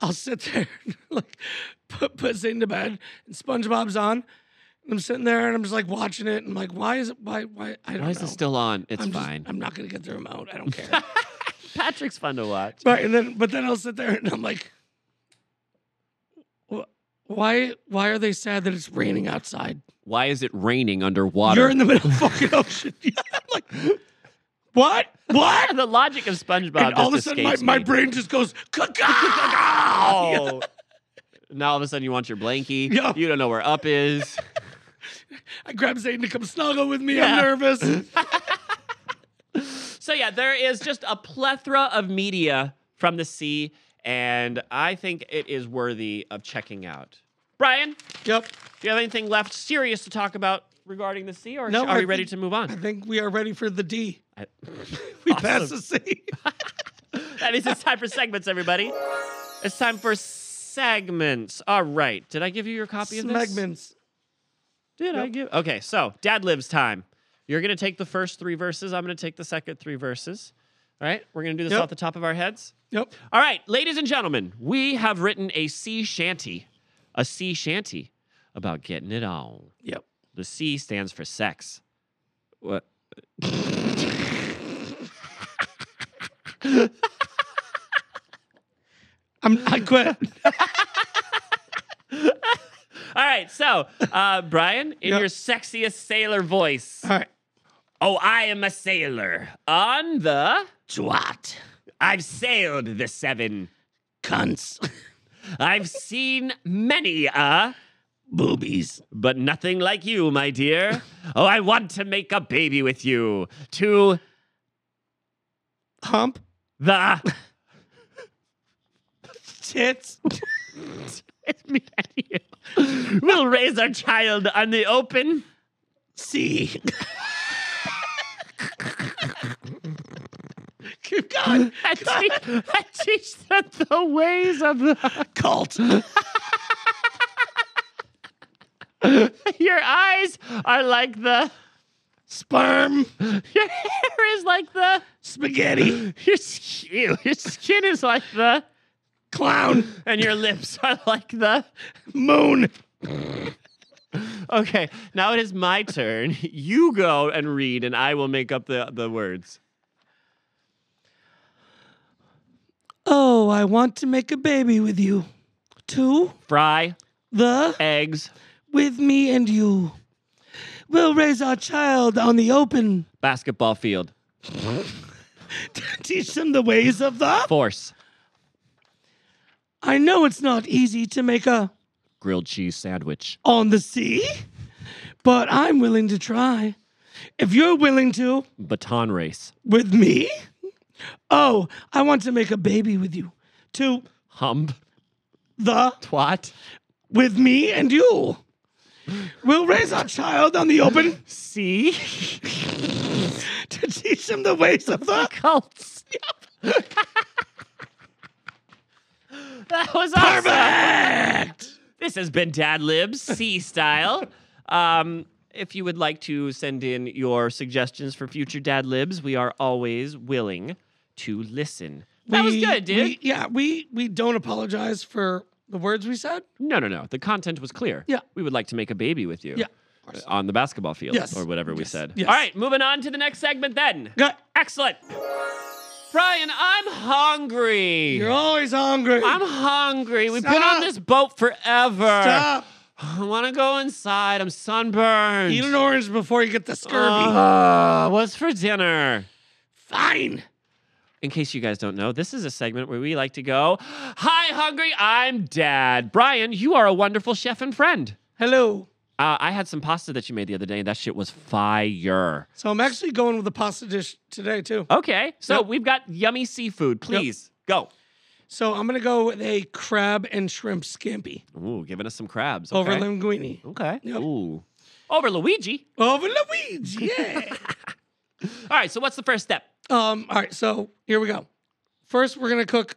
[SPEAKER 2] I'll sit there like put put Zane to bed and SpongeBob's on. And I'm sitting there and I'm just like watching it. And I'm like, why is it? Why? Why? I don't
[SPEAKER 1] Why is
[SPEAKER 2] know.
[SPEAKER 1] it still on? It's
[SPEAKER 2] I'm just-
[SPEAKER 1] fine.
[SPEAKER 2] I'm not gonna get the remote. I don't care.
[SPEAKER 1] Patrick's fun to watch.
[SPEAKER 2] right, and then but then I'll sit there and I'm like, "Wh- why? Why are they sad that it's raining outside?
[SPEAKER 1] Why is it raining underwater?
[SPEAKER 2] You're in the middle of fucking ocean. Yeah, I'm like, what? What?
[SPEAKER 1] the logic of SpongeBob
[SPEAKER 2] and all of a
[SPEAKER 1] just
[SPEAKER 2] sudden, my,
[SPEAKER 1] escapes
[SPEAKER 2] my
[SPEAKER 1] me.
[SPEAKER 2] brain just goes, "Cacao!" Yeah.
[SPEAKER 1] Oh. Now all of a sudden you want your blankie.
[SPEAKER 2] Yeah.
[SPEAKER 1] You don't know where up is.
[SPEAKER 2] I grab Zayden to come snuggle with me.
[SPEAKER 1] Yeah.
[SPEAKER 2] I'm nervous.
[SPEAKER 1] So yeah, there is just a plethora of media from the sea, and I think it is worthy of checking out. Brian, do
[SPEAKER 2] yep.
[SPEAKER 1] you have anything left serious to talk about regarding the sea, or
[SPEAKER 2] No,
[SPEAKER 1] are
[SPEAKER 2] I
[SPEAKER 1] we ready
[SPEAKER 2] think-
[SPEAKER 1] to move on?
[SPEAKER 2] I think we are ready for the D. We passed the sea.
[SPEAKER 1] That means it's time for segments, everybody. It's time for segments. All right. Did I give you your copy of this?
[SPEAKER 2] Smegmans.
[SPEAKER 1] Did I give? Okay, so Dad Lives time. You're gonna take the first three verses. I'm gonna take the second three verses. All right, we're gonna do this
[SPEAKER 2] Yep.
[SPEAKER 1] off the top of our heads.
[SPEAKER 2] Yep.
[SPEAKER 1] All right, ladies and gentlemen, we have written a sea shanty, a sea shanty about getting it on.
[SPEAKER 2] Yep.
[SPEAKER 1] The C stands for sex. What?
[SPEAKER 2] I'm, I quit.
[SPEAKER 1] All right, so uh, Brian, in
[SPEAKER 2] Yep.
[SPEAKER 1] your sexiest sailor voice.
[SPEAKER 2] All right.
[SPEAKER 1] Oh, I am a sailor on the.
[SPEAKER 2] Twat.
[SPEAKER 1] I've sailed the seven.
[SPEAKER 2] Cunts.
[SPEAKER 1] I've seen many uh
[SPEAKER 2] Boobies.
[SPEAKER 1] but nothing like you, my dear. Oh, I want to make a baby with you. To
[SPEAKER 2] Hump.
[SPEAKER 1] the
[SPEAKER 2] Tits.
[SPEAKER 1] me and you. We'll raise our child on the open.
[SPEAKER 2] Sea. Keep going.
[SPEAKER 1] I teach, I teach them the ways of the.
[SPEAKER 2] Cult.
[SPEAKER 1] Your eyes are like the.
[SPEAKER 2] Sperm.
[SPEAKER 1] Your hair is like the.
[SPEAKER 2] Spaghetti.
[SPEAKER 1] Your skin, your skin is like the.
[SPEAKER 2] Clown.
[SPEAKER 1] And your lips are like the.
[SPEAKER 2] Moon.
[SPEAKER 1] Okay, now it is my turn. You go and read, and I will make up the, the words.
[SPEAKER 2] Oh, I want to make a baby with you. To
[SPEAKER 1] Fry,
[SPEAKER 2] the
[SPEAKER 1] eggs,
[SPEAKER 2] with me and you. We'll raise our child on the open.
[SPEAKER 1] basketball field,
[SPEAKER 2] Teach them the ways of the.
[SPEAKER 1] force,
[SPEAKER 2] I know it's not easy to make a
[SPEAKER 1] grilled cheese sandwich.
[SPEAKER 2] on the sea, but I'm willing to try. If you're willing to,
[SPEAKER 1] baton race,
[SPEAKER 2] with me. Oh, I want to make a baby with you. To
[SPEAKER 1] hump,
[SPEAKER 2] the
[SPEAKER 1] twat,
[SPEAKER 2] with me and you. We'll raise our child on the open
[SPEAKER 1] sea,
[SPEAKER 2] to teach them the ways of the.
[SPEAKER 1] cults. that was awesome.
[SPEAKER 2] Perfect.
[SPEAKER 1] This has been Dad Libs C style. Um, if you would like to send in your suggestions for future Dad Libs, we are always willing to listen. That was
[SPEAKER 2] We-
[SPEAKER 1] good, dude.
[SPEAKER 2] we- yeah, we we don't apologize for the words we said.
[SPEAKER 1] no, no, no. The content was clear.
[SPEAKER 2] Yeah.
[SPEAKER 1] We would like to make a baby with you.
[SPEAKER 2] Yeah.
[SPEAKER 1] On the basketball field
[SPEAKER 2] Yes.
[SPEAKER 1] or whatever we
[SPEAKER 2] Yes.
[SPEAKER 1] said.
[SPEAKER 2] Yes.
[SPEAKER 1] All right, moving on to the next segment then.
[SPEAKER 2] Got,
[SPEAKER 1] Excellent. Brian, I'm hungry.
[SPEAKER 2] you're always hungry.
[SPEAKER 1] I'm hungry. We've been on
[SPEAKER 2] Stop.
[SPEAKER 1] this boat forever.
[SPEAKER 2] Stop.
[SPEAKER 1] I want to go inside. I'm sunburned.
[SPEAKER 2] Eat an orange before you get the scurvy.
[SPEAKER 1] Ah, what's for dinner?
[SPEAKER 2] Fine.
[SPEAKER 1] In case you guys don't know, this is a segment where we like to go, Hi, hungry, I'm dad. Brian, you are a wonderful chef and friend.
[SPEAKER 2] Hello.
[SPEAKER 1] Uh, I had some pasta that you made the other day, and that shit was fire.
[SPEAKER 2] So I'm actually going with a pasta dish today too.
[SPEAKER 1] Okay, so
[SPEAKER 2] Yep.
[SPEAKER 1] we've got yummy seafood. Please
[SPEAKER 2] So I'm gonna go with a crab and shrimp scampi
[SPEAKER 1] go. Ooh, giving us some crabs.
[SPEAKER 2] over
[SPEAKER 1] okay.
[SPEAKER 2] linguine.
[SPEAKER 1] Okay.
[SPEAKER 2] Yep.
[SPEAKER 1] Ooh. Over Luigi.
[SPEAKER 2] Over Luigi. Yeah.
[SPEAKER 1] All right, so what's the first step?
[SPEAKER 2] um. All right. So here we go. First, we're gonna cook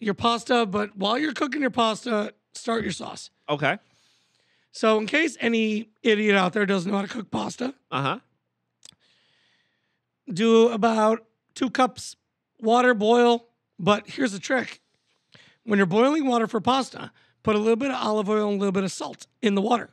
[SPEAKER 2] your pasta, but while you're cooking your pasta, start your sauce.
[SPEAKER 1] Okay.
[SPEAKER 2] So, in case any idiot out there doesn't know how to cook pasta,
[SPEAKER 1] Uh huh.
[SPEAKER 2] do about two cups water boil. But here's the trick when you're boiling water for pasta, put a little bit of olive oil and a little bit of salt in the water.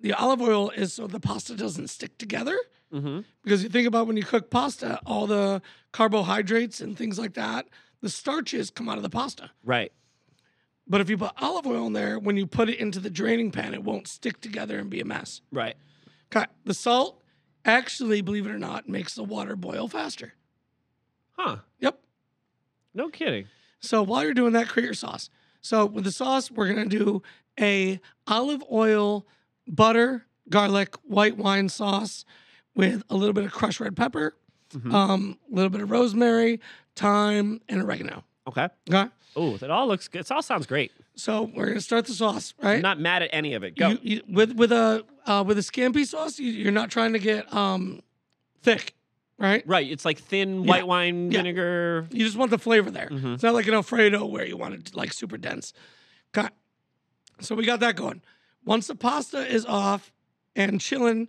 [SPEAKER 2] The olive oil is so the pasta doesn't stick together.
[SPEAKER 1] Mm-hmm.
[SPEAKER 2] Because you think about when you cook pasta, all the carbohydrates and things like that, the starches come out of the pasta.
[SPEAKER 1] Right.
[SPEAKER 2] But if you put olive oil in there, when you put it into the draining pan, it won't stick together and be a mess.
[SPEAKER 1] Right.
[SPEAKER 2] Okay. The salt actually, believe it or not, makes the water boil faster.
[SPEAKER 1] Huh.
[SPEAKER 2] Yep.
[SPEAKER 1] No kidding.
[SPEAKER 2] So while you're doing that, create your sauce. So with the sauce, we're gonna do a olive oil, butter, garlic, white wine sauce with a little bit of crushed red pepper,
[SPEAKER 1] Mhm.
[SPEAKER 2] um, a little bit of rosemary, thyme, and oregano.
[SPEAKER 1] Okay.
[SPEAKER 2] Okay.
[SPEAKER 1] Oh, that all looks good. It all sounds great.
[SPEAKER 2] So we're gonna start the sauce, right?
[SPEAKER 1] I'm not mad at any of it. Go.
[SPEAKER 2] You, you, with with a uh, with a scampi sauce, you, you're not trying to get um, thick. right?
[SPEAKER 1] Right. It's like thin
[SPEAKER 2] Yeah.
[SPEAKER 1] white wine
[SPEAKER 2] Yeah.
[SPEAKER 1] vinegar.
[SPEAKER 2] You just want the flavor there.
[SPEAKER 1] Mhm.
[SPEAKER 2] It's not like an Alfredo where you want it like super dense. Okay. So we got that going. Once the pasta is off and chilling,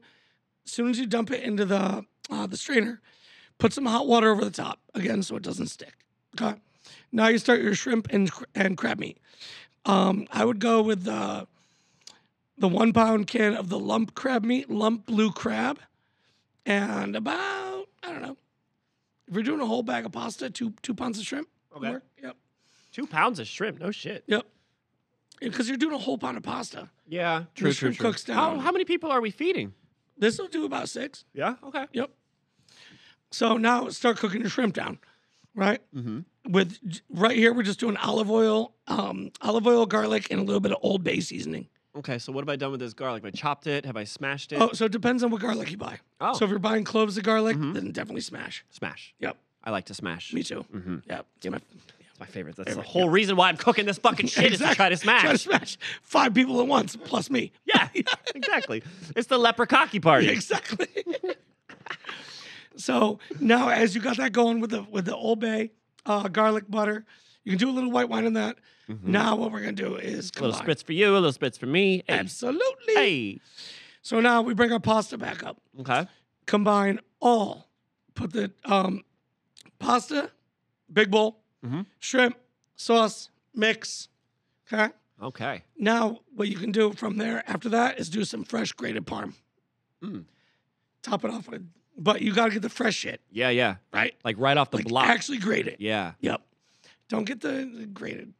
[SPEAKER 2] as soon as you dump it into the uh, the strainer, put some hot water over the top again so it doesn't stick. Okay. Now you start your shrimp and cr- and crab meat. Um, I would go with the the one pound can of the lump crab meat, lump blue crab, and about I don't know if you're doing a whole bag of pasta, two two pounds of shrimp. would
[SPEAKER 1] Okay.
[SPEAKER 2] work. Yep.
[SPEAKER 1] Two pounds of shrimp. No shit.
[SPEAKER 2] Yep. Because you're doing a whole pound of pasta.
[SPEAKER 1] Yeah.
[SPEAKER 2] True, true, true. cooks
[SPEAKER 1] How,
[SPEAKER 2] down.
[SPEAKER 1] how many people are we feeding?
[SPEAKER 2] This will do about six.
[SPEAKER 1] Yeah. Okay.
[SPEAKER 2] Yep. So now start cooking your shrimp down, right?
[SPEAKER 1] Mhm.
[SPEAKER 2] With right here, we're just doing olive oil, um, olive oil, garlic, and a little bit of Old Bay seasoning.
[SPEAKER 1] Okay. So what have I done with this garlic? Have I chopped it? Have I smashed it?
[SPEAKER 2] Oh, so it depends on what garlic you buy.
[SPEAKER 1] Oh. Mm-hmm.
[SPEAKER 2] So if you're buying cloves of garlic, then definitely smash.
[SPEAKER 1] smash.
[SPEAKER 2] Yep.
[SPEAKER 1] I like to smash.
[SPEAKER 2] Me too.
[SPEAKER 1] Mm-hmm.
[SPEAKER 2] Yep. It's my-
[SPEAKER 1] It's my favorite. That's the whole reason why I'm cooking this fucking shit is to try to
[SPEAKER 2] Try to
[SPEAKER 1] smash.
[SPEAKER 2] smash. Five people at once, plus me.
[SPEAKER 1] yeah. Exactly. It's the leprechaun party.
[SPEAKER 2] Yeah, exactly. so now, as you got that going with the with the Old Bay uh, garlic butter, you can do a little white wine in that. Now, what we're gonna do is
[SPEAKER 1] Mm-hmm. A little
[SPEAKER 2] combine.
[SPEAKER 1] spritz for you. A little spritz for me. Hey.
[SPEAKER 2] Absolutely.
[SPEAKER 1] Hey.
[SPEAKER 2] So now we bring our pasta back up.
[SPEAKER 1] Okay.
[SPEAKER 2] Combine all. Put the um, pasta, big bowl,
[SPEAKER 1] Mhm.
[SPEAKER 2] shrimp, sauce, mix. Okay.
[SPEAKER 1] Okay.
[SPEAKER 2] Now, what you can do from there after that is do some fresh grated parm.
[SPEAKER 1] Mm.
[SPEAKER 2] Top it off with, but you got to get the fresh shit,
[SPEAKER 1] Yeah. Yeah.
[SPEAKER 2] right?
[SPEAKER 1] Like right off the
[SPEAKER 2] like
[SPEAKER 1] block.
[SPEAKER 2] actually grade it.
[SPEAKER 1] yeah.
[SPEAKER 2] Yep. Don't get the the graded,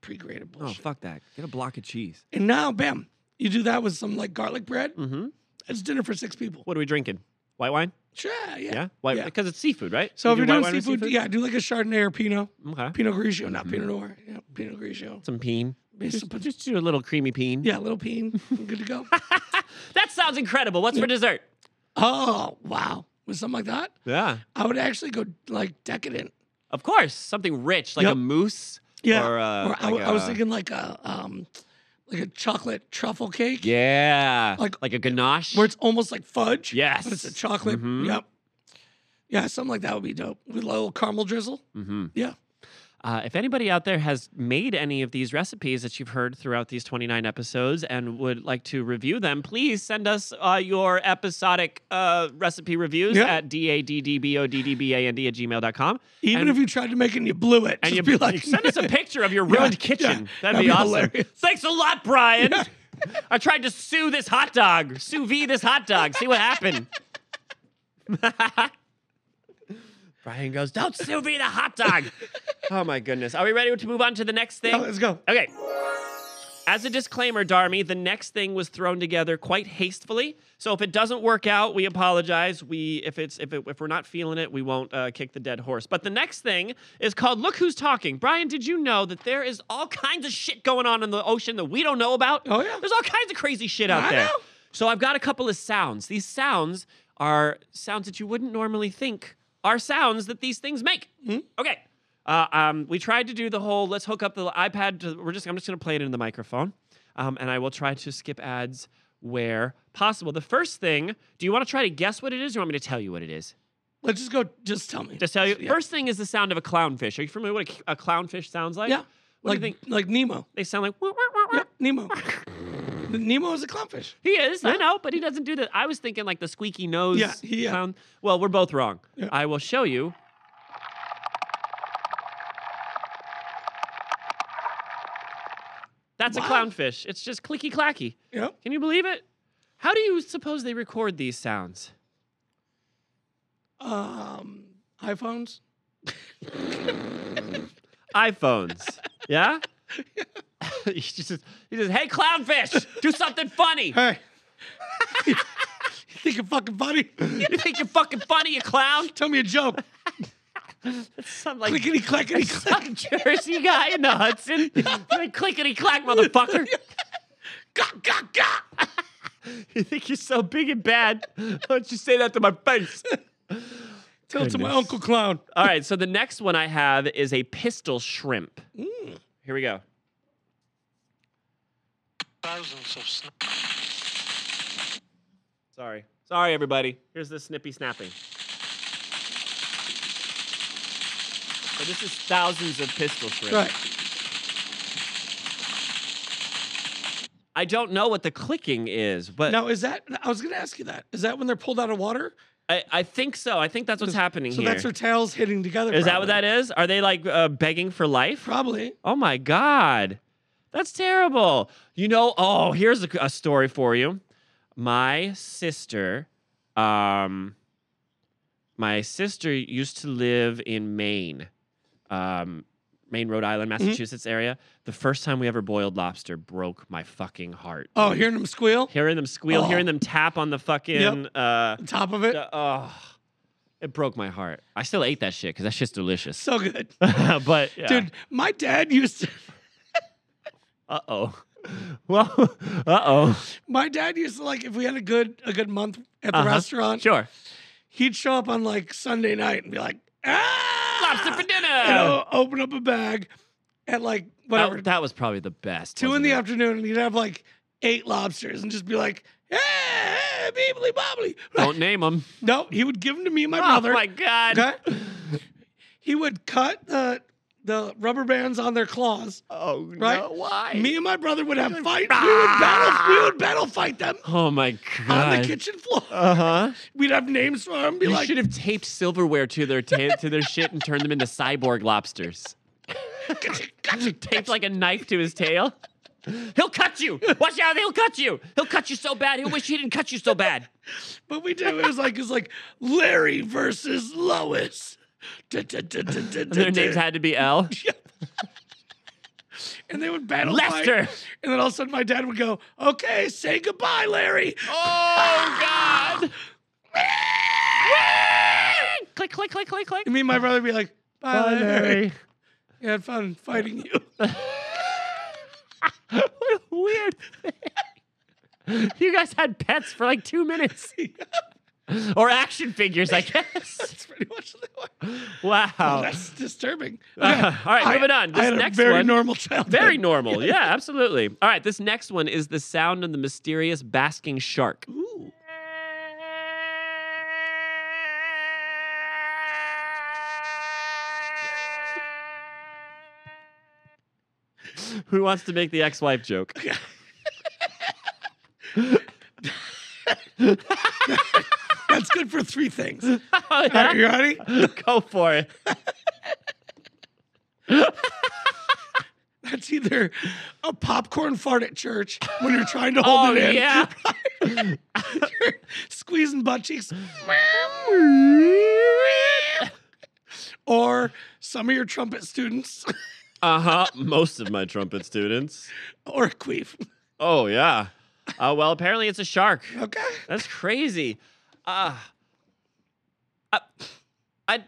[SPEAKER 2] pre-graded
[SPEAKER 1] Oh
[SPEAKER 2] bullshit.
[SPEAKER 1] fuck that. Get a block of cheese.
[SPEAKER 2] and now, bam, you do that with some like garlic bread.
[SPEAKER 1] Mm-hmm.
[SPEAKER 2] It's dinner for six people.
[SPEAKER 1] What are we drinking? White wine.
[SPEAKER 2] Sure, yeah.
[SPEAKER 1] Yeah. White
[SPEAKER 2] Yeah.
[SPEAKER 1] because it's seafood, right?
[SPEAKER 2] So if
[SPEAKER 1] You
[SPEAKER 2] you're
[SPEAKER 1] do white
[SPEAKER 2] doing
[SPEAKER 1] wine
[SPEAKER 2] seafood,
[SPEAKER 1] with Mm-hmm.
[SPEAKER 2] yeah, do like a Chardonnay or Pinot,
[SPEAKER 1] Okay.
[SPEAKER 2] Pinot Grigio, not Pinot Noir, yeah, Pinot Grigio.
[SPEAKER 1] Some peen.
[SPEAKER 2] Just-
[SPEAKER 1] Just, just do a little creamy peen.
[SPEAKER 2] Yeah, little peen, good to go.
[SPEAKER 1] That sounds incredible. What's for dessert?
[SPEAKER 2] oh wow, with something like that,
[SPEAKER 1] Yeah.
[SPEAKER 2] I would actually go like decadent.
[SPEAKER 1] Of course. Something rich, like a
[SPEAKER 2] Yep.
[SPEAKER 1] mousse.
[SPEAKER 2] Yeah,
[SPEAKER 1] Or, uh,
[SPEAKER 2] Or I,
[SPEAKER 1] like
[SPEAKER 2] w- I was
[SPEAKER 1] a-
[SPEAKER 2] thinking like a um, like a chocolate truffle cake.
[SPEAKER 1] Yeah. Like,
[SPEAKER 2] Like-
[SPEAKER 1] a ganache.
[SPEAKER 2] where it's almost like fudge.
[SPEAKER 1] Yes.
[SPEAKER 2] But it's a chocolate.
[SPEAKER 1] Mhm.
[SPEAKER 2] Yep. Yeah, something like that would be dope. With a little caramel drizzle.
[SPEAKER 1] Mhm.
[SPEAKER 2] Yeah.
[SPEAKER 1] Uh, if anybody out there has made any of these recipes that you've heard throughout these 29 episodes and would like to review them, please send us uh, your episodic uh, recipe reviews
[SPEAKER 2] Yeah.
[SPEAKER 1] at daddboddband at gmail.com.
[SPEAKER 2] Even
[SPEAKER 1] And-
[SPEAKER 2] if you tried to make it and you blew it,
[SPEAKER 1] And
[SPEAKER 2] just
[SPEAKER 1] you
[SPEAKER 2] be like,
[SPEAKER 1] send us a picture of your
[SPEAKER 2] Yeah,
[SPEAKER 1] ruined
[SPEAKER 2] yeah.
[SPEAKER 1] kitchen. That'd,
[SPEAKER 2] That'd
[SPEAKER 1] be,
[SPEAKER 2] be
[SPEAKER 1] awesome.
[SPEAKER 2] hilarious.
[SPEAKER 1] Thanks a lot, Brian. I tried to sue this hot dog, sous vide this hot dog, see what happened. Brian goes, Don't sous vide the hot dog. oh my goodness. Are we ready to move on to the next thing?
[SPEAKER 2] "Oh, let's go.
[SPEAKER 1] Okay. As a disclaimer, Darmy, the next thing was thrown together quite hastefully. So if it doesn't work out, we apologize. We if it's if it, if we're not feeling it, we won't uh, kick the dead horse. But the next thing is called "Look Who's Talking." Brian, did you know that there is all kinds of shit going on in the ocean that we don't know about?
[SPEAKER 2] Oh, yeah.
[SPEAKER 1] there's all kinds of crazy shit out
[SPEAKER 2] I
[SPEAKER 1] there.
[SPEAKER 2] know.
[SPEAKER 1] So I've got a couple of sounds. These sounds are sounds that you wouldn't normally think are sounds that these things make.
[SPEAKER 2] Mm-hmm.
[SPEAKER 1] Okay. Uh, um, we tried to do the whole let's hook up the iPad. To, we're just I'm just gonna play it into the microphone, um, and I will try to skip ads where possible. The first thing, do you want to try to guess what it is, or you want me to tell you what it is?
[SPEAKER 2] Let's just go. Just tell me.
[SPEAKER 1] Just tell you.
[SPEAKER 2] Yeah.
[SPEAKER 1] First thing is the sound of a clownfish. Are you familiar with what a, a clownfish sounds like?
[SPEAKER 2] Yeah.
[SPEAKER 1] What
[SPEAKER 2] like,
[SPEAKER 1] do you think?
[SPEAKER 2] like Nemo.
[SPEAKER 1] They sound like. "Wah, wah, wah, wah."
[SPEAKER 2] Yep, Nemo. The Nemo is a clownfish.
[SPEAKER 1] He is, I know, but he doesn't do that. I was thinking like the squeaky nose
[SPEAKER 2] Yeah, he- yeah.
[SPEAKER 1] clown. Well, we're both wrong.
[SPEAKER 2] Yeah.
[SPEAKER 1] I will show you. That's a
[SPEAKER 2] Wow.
[SPEAKER 1] clownfish. It's just clicky clacky.
[SPEAKER 2] Yep.
[SPEAKER 1] Can you believe it? How do you suppose they record these sounds?
[SPEAKER 2] Um, iPhones.
[SPEAKER 1] iPhones. yeah? he just he says, "Hey clownfish, do something funny."
[SPEAKER 2] Hey. you think you're fucking funny?
[SPEAKER 1] you think you're fucking funny, you clown?
[SPEAKER 2] Tell me a joke.
[SPEAKER 1] Something like
[SPEAKER 2] Clickety clackety clack.
[SPEAKER 1] some Jersey guy in the Hudson. like clickety clack, motherfucker.
[SPEAKER 2] Gah, gah, gah.
[SPEAKER 1] you think you're so big and bad? Why don't you say that to my face?
[SPEAKER 2] Tell it to my
[SPEAKER 1] Goodness.
[SPEAKER 2] Uncle Clown.
[SPEAKER 1] All right, so the next one I have is a pistol shrimp.
[SPEAKER 3] Mm.
[SPEAKER 1] Here we go.
[SPEAKER 3] thousands of sn-
[SPEAKER 1] Sorry. Sorry, everybody. Here's the snippy snapping. So this is thousands of pistol shrimp.
[SPEAKER 2] Right.
[SPEAKER 1] I don't know what the clicking is, but
[SPEAKER 2] Now, is that, I was going to ask you that. Is that when they're pulled out of water?
[SPEAKER 1] I, I think so. I think that's what's
[SPEAKER 2] So-
[SPEAKER 1] happening
[SPEAKER 2] So
[SPEAKER 1] here.
[SPEAKER 2] that's their tails hitting together.
[SPEAKER 1] Is that what that
[SPEAKER 2] probably.
[SPEAKER 1] is? Are they like uh, begging for life?
[SPEAKER 2] Probably.
[SPEAKER 1] Oh my God. That's terrible. You know, oh, here's a, a story for you. My sister, um, my sister used to live in Maine, um, Maine, Rhode Island,
[SPEAKER 2] Mm-hmm.
[SPEAKER 1] Massachusetts area. The first time we ever boiled lobster broke my fucking heart.
[SPEAKER 2] Oh, hearing them squeal?
[SPEAKER 1] Hearing them squeal,
[SPEAKER 2] Oh.
[SPEAKER 1] hearing them tap on the fucking, uh,
[SPEAKER 2] on Top of it.
[SPEAKER 1] the- oh, it broke my heart. I still ate that shit because that shit's delicious.
[SPEAKER 2] So good.
[SPEAKER 1] but yeah.
[SPEAKER 2] Dude, my dad used to
[SPEAKER 1] Uh oh. Well, uh oh.
[SPEAKER 2] my dad used to like if we had a good a good month at the
[SPEAKER 1] Uh-huh.
[SPEAKER 2] restaurant,
[SPEAKER 1] Sure.
[SPEAKER 2] he'd show up on like Sunday night and be like, ah!
[SPEAKER 1] Lobster for dinner.
[SPEAKER 2] and o- open up a bag at like whatever
[SPEAKER 1] that, that was probably the best.
[SPEAKER 2] two in
[SPEAKER 1] wasn't
[SPEAKER 2] the
[SPEAKER 1] it?
[SPEAKER 2] afternoon, and he'd have like eight lobsters and just be like, "Hey, hey beebly bobbly."
[SPEAKER 1] Don't name them.
[SPEAKER 2] No, he would give them to me and my
[SPEAKER 1] Oh
[SPEAKER 2] brother.
[SPEAKER 1] my god.
[SPEAKER 2] okay? He would cut the the rubber bands on their claws.
[SPEAKER 1] Oh
[SPEAKER 2] Right?
[SPEAKER 1] no. Why?
[SPEAKER 2] Me and my brother would have fight. We would battle. We would battle fight them
[SPEAKER 1] oh my
[SPEAKER 2] on the
[SPEAKER 1] god.
[SPEAKER 2] kitchen floor.
[SPEAKER 1] Uh huh.
[SPEAKER 2] We'd have names for them. Be
[SPEAKER 1] You
[SPEAKER 2] like,
[SPEAKER 1] should have taped silverware to their ta- to their shit and turned them into cyborg lobsters.
[SPEAKER 2] "Gotcha, gotcha,
[SPEAKER 1] Taped like a knife to his tail. He'll cut you. Watch out. He'll cut you. He'll cut you so bad. He'll wish he didn't cut you so bad.
[SPEAKER 2] But we did. It was like it's like Larry versus Lois. Duh, duh, duh, duh, duh, duh,
[SPEAKER 1] Their names
[SPEAKER 2] duh.
[SPEAKER 1] had to be L.
[SPEAKER 2] and they would battle
[SPEAKER 1] Lester.
[SPEAKER 2] fight. And then all of a sudden, my dad would go, "Okay, say goodbye, Larry."
[SPEAKER 1] Oh God! click, click, click, click, click.
[SPEAKER 2] And me and my brother would be like, "Bye, Larry. You had fun fighting you."
[SPEAKER 1] what a weird thing. You guys had pets for like two minutes. Or action figures, I guess.
[SPEAKER 2] That's pretty much the way.
[SPEAKER 1] Wow.
[SPEAKER 2] That's disturbing.
[SPEAKER 1] Oh. all right,
[SPEAKER 2] I-
[SPEAKER 1] moving on. This
[SPEAKER 2] I had a
[SPEAKER 1] next
[SPEAKER 2] very
[SPEAKER 1] one.
[SPEAKER 2] normal childhood.
[SPEAKER 1] Very normal. Yeah, absolutely. All right, this next one is the sound of the mysterious basking shark.
[SPEAKER 2] Ooh.
[SPEAKER 1] Who wants to make the ex-wife joke?
[SPEAKER 2] That's good for three things.
[SPEAKER 1] Oh,
[SPEAKER 2] All right,
[SPEAKER 1] yeah?
[SPEAKER 2] you ready?
[SPEAKER 1] Go for it.
[SPEAKER 2] That's either a popcorn fart at church when you're trying to hold
[SPEAKER 1] Oh
[SPEAKER 2] it in.
[SPEAKER 1] yeah.
[SPEAKER 2] You're squeezing butt cheeks. or some of your trumpet students,
[SPEAKER 1] Uh huh. Most of my trumpet students.
[SPEAKER 2] or a queef.
[SPEAKER 1] Oh yeah. Uh, well, apparently it's a shark.
[SPEAKER 2] Okay.
[SPEAKER 1] That's crazy. Uh, I, I,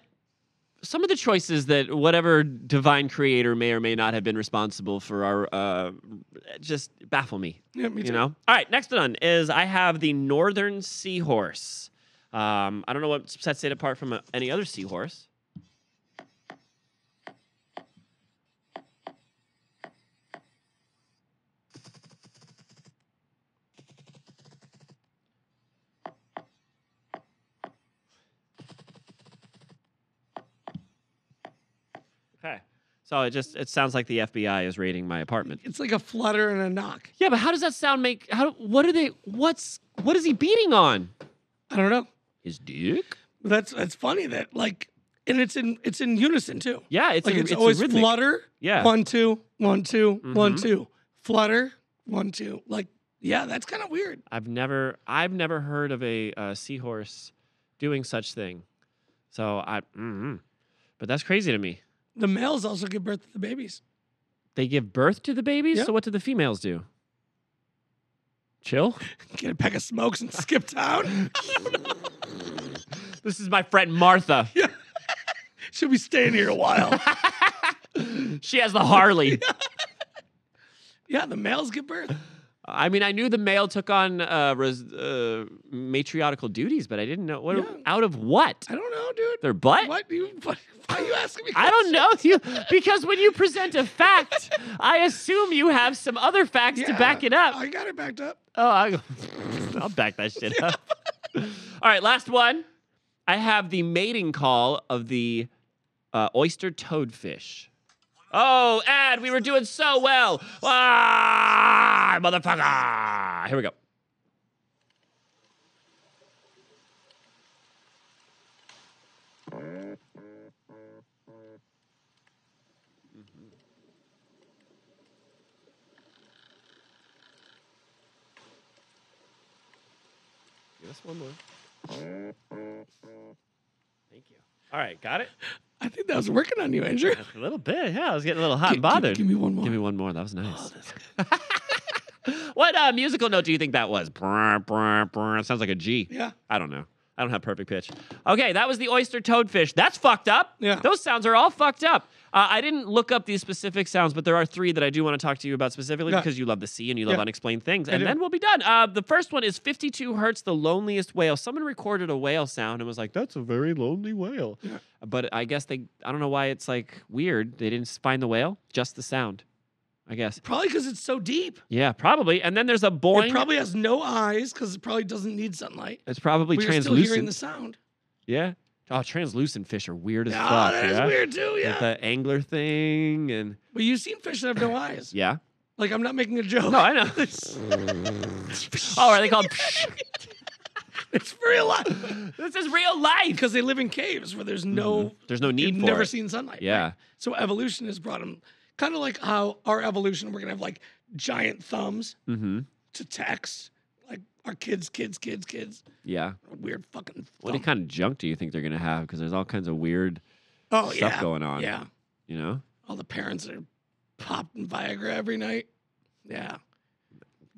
[SPEAKER 1] some of the choices that whatever divine creator may or may not have been responsible for are uh, just baffle me.
[SPEAKER 2] Yeah, me
[SPEAKER 1] You
[SPEAKER 2] too.
[SPEAKER 1] know. All right. Next one is I have the northern seahorse. Um, I don't know what sets it apart from uh, any other seahorse. Okay. So it just it sounds like the FBI is raiding my apartment.
[SPEAKER 2] It's like a flutter and a knock.
[SPEAKER 1] Yeah, but how does that sound make how what are they what's what is he beating on?
[SPEAKER 2] I don't know.
[SPEAKER 1] His dick?
[SPEAKER 2] But that's that's funny that like and it's in it's in unison too.
[SPEAKER 1] Yeah, it's
[SPEAKER 2] like
[SPEAKER 1] a,
[SPEAKER 2] it's,
[SPEAKER 1] a
[SPEAKER 2] always
[SPEAKER 1] rhythmic.
[SPEAKER 2] flutter.
[SPEAKER 1] Yeah.
[SPEAKER 2] One two, one two, one,
[SPEAKER 1] Mhm.
[SPEAKER 2] two. Flutter, one two. Like yeah, that's kind of weird.
[SPEAKER 1] I've never I've never heard of a uh, seahorse doing such thing. So I mm but that's crazy to me.
[SPEAKER 2] The males also give birth to the babies.
[SPEAKER 1] They give birth to the babies,
[SPEAKER 2] Yeah.
[SPEAKER 1] so what do the females do? Chill.
[SPEAKER 2] Get a pack of smokes and skip town.
[SPEAKER 1] This is my friend Martha.
[SPEAKER 2] Should be staying here a while.
[SPEAKER 1] She has the Harley.
[SPEAKER 2] yeah, the males give birth.
[SPEAKER 1] I mean, I knew the male took on uh, res- uh, matriarchal duties, but I didn't know what
[SPEAKER 2] Yeah.
[SPEAKER 1] out of what
[SPEAKER 2] I don't know, dude.
[SPEAKER 1] their butt.
[SPEAKER 2] What you? What, why are you asking me?
[SPEAKER 1] I don't
[SPEAKER 2] questions?
[SPEAKER 1] know you because when you present a fact, I assume you have some other facts to
[SPEAKER 2] Yeah,
[SPEAKER 1] back it up.
[SPEAKER 2] I got it backed up.
[SPEAKER 1] oh, I, I'll back that shit up. All right, last one. I have the mating call of the uh, oyster toadfish. Oh, ad, we were doing so well. Ah, motherfucker. Here we go. Give us one more. Thank you. All right, got it?
[SPEAKER 2] I think that was working on you, Andrew.
[SPEAKER 1] A little bit. Yeah, I was getting a little hot
[SPEAKER 2] Gi-
[SPEAKER 1] and
[SPEAKER 2] gi-
[SPEAKER 1] bothered.
[SPEAKER 2] Give, me one more. Oh,
[SPEAKER 1] Give me one more. That was nice. what uh, musical note do you think that was? Brr, brr, brr. Sounds like a G.
[SPEAKER 2] yeah.
[SPEAKER 1] I don't know. I don't have perfect pitch. Okay, that was the oyster toadfish. That's fucked up.
[SPEAKER 2] Yeah.
[SPEAKER 1] Those sounds are all fucked up. Uh, I didn't look up these specific sounds, but there are three that I do want to talk to you about specifically
[SPEAKER 2] Yeah.
[SPEAKER 1] because you love the sea and you love
[SPEAKER 2] Yeah.
[SPEAKER 1] unexplained things.
[SPEAKER 2] I
[SPEAKER 1] And
[SPEAKER 2] do.
[SPEAKER 1] then we'll be done. Uh, the first one is 52 hertz, the loneliest whale. Someone recorded a whale sound and was like, that's a very lonely whale.
[SPEAKER 2] Yeah.
[SPEAKER 1] But I guess they, I don't know why it's like weird. They didn't find the whale, just the sound, I guess.
[SPEAKER 2] Probably because it's so deep.
[SPEAKER 1] Yeah, probably. And then there's a boing.
[SPEAKER 2] It probably has no eyes because it probably doesn't need sunlight.
[SPEAKER 1] it's probably
[SPEAKER 2] But you're still
[SPEAKER 1] translucent.
[SPEAKER 2] hearing the sound.
[SPEAKER 1] Yeah. Oh, translucent fish are weird as
[SPEAKER 2] Yeah,
[SPEAKER 1] fuck.
[SPEAKER 2] that is
[SPEAKER 1] yeah?
[SPEAKER 2] weird too.
[SPEAKER 1] With
[SPEAKER 2] Yeah.
[SPEAKER 1] the angler thing and
[SPEAKER 2] But you've seen fish that have no eyes.
[SPEAKER 1] yeah.
[SPEAKER 2] Like I'm not making a joke.
[SPEAKER 1] No, I know. oh, are they called?
[SPEAKER 2] it's for real life
[SPEAKER 1] this is real life.
[SPEAKER 2] because they live in caves where there's no.
[SPEAKER 1] Mm-hmm. There's no
[SPEAKER 2] You've
[SPEAKER 1] need for
[SPEAKER 2] never
[SPEAKER 1] it.
[SPEAKER 2] seen sunlight.
[SPEAKER 1] yeah.
[SPEAKER 2] So evolution has brought them kind of like how our evolution we're gonna have like giant thumbs
[SPEAKER 1] Mm-hmm.
[SPEAKER 2] to text like our kids, kids, kids, kids.
[SPEAKER 1] Yeah.
[SPEAKER 2] Weird fucking.
[SPEAKER 1] What
[SPEAKER 2] thumb.
[SPEAKER 1] kind of junk do you think they're gonna have? Because there's all kinds of weird
[SPEAKER 2] oh
[SPEAKER 1] stuff
[SPEAKER 2] yeah,
[SPEAKER 1] going on.
[SPEAKER 2] yeah.
[SPEAKER 1] You know.
[SPEAKER 2] All the parents are popping Viagra every night. Yeah.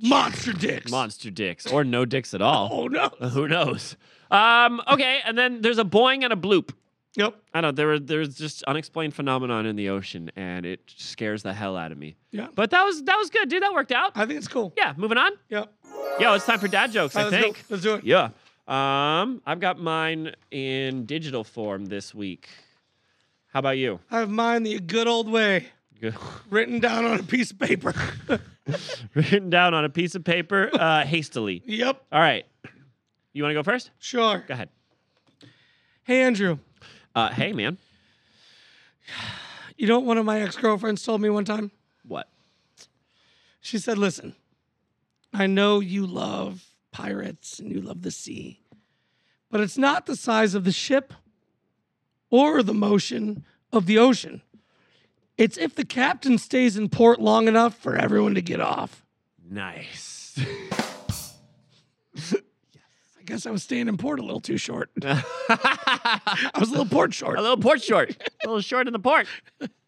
[SPEAKER 2] Monster dicks.
[SPEAKER 1] Monster dicks or no dicks at all.
[SPEAKER 2] Oh no.
[SPEAKER 1] Who knows? Um. Okay. And then there's a boing and a bloop.
[SPEAKER 2] Yep.
[SPEAKER 1] I don't know. There were there's just unexplained phenomenon in the ocean, and it scares the hell out of me.
[SPEAKER 2] Yeah.
[SPEAKER 1] But that was that was good, dude. That worked out.
[SPEAKER 2] I think it's cool.
[SPEAKER 1] Yeah. Moving on.
[SPEAKER 2] Yep.
[SPEAKER 1] Yo, it's time for dad jokes.
[SPEAKER 2] All
[SPEAKER 1] I
[SPEAKER 2] right, let's go.
[SPEAKER 1] think.
[SPEAKER 2] Let's do it.
[SPEAKER 1] Yeah. Um, I've got mine in digital form this week. How about you?
[SPEAKER 2] I have mine the good old way,
[SPEAKER 1] Good.
[SPEAKER 2] written down on a piece of paper.
[SPEAKER 1] Written down on a piece of paper uh, hastily.
[SPEAKER 2] yep.
[SPEAKER 1] All right. You want to go first?
[SPEAKER 2] Sure.
[SPEAKER 1] Go ahead.
[SPEAKER 2] Hey Andrew.
[SPEAKER 1] Uh, hey, man.
[SPEAKER 2] You know what one of my ex-girlfriends told me one time?
[SPEAKER 1] What?
[SPEAKER 2] She said, Listen, I know you love pirates and you love the sea, but it's not the size of the ship or the motion of the ocean. It's if the captain stays in port long enough for everyone to get off.
[SPEAKER 1] Nice.
[SPEAKER 2] I guess I was staying in port a little too short. I was a little port short.
[SPEAKER 1] A little port short. A little short in the port.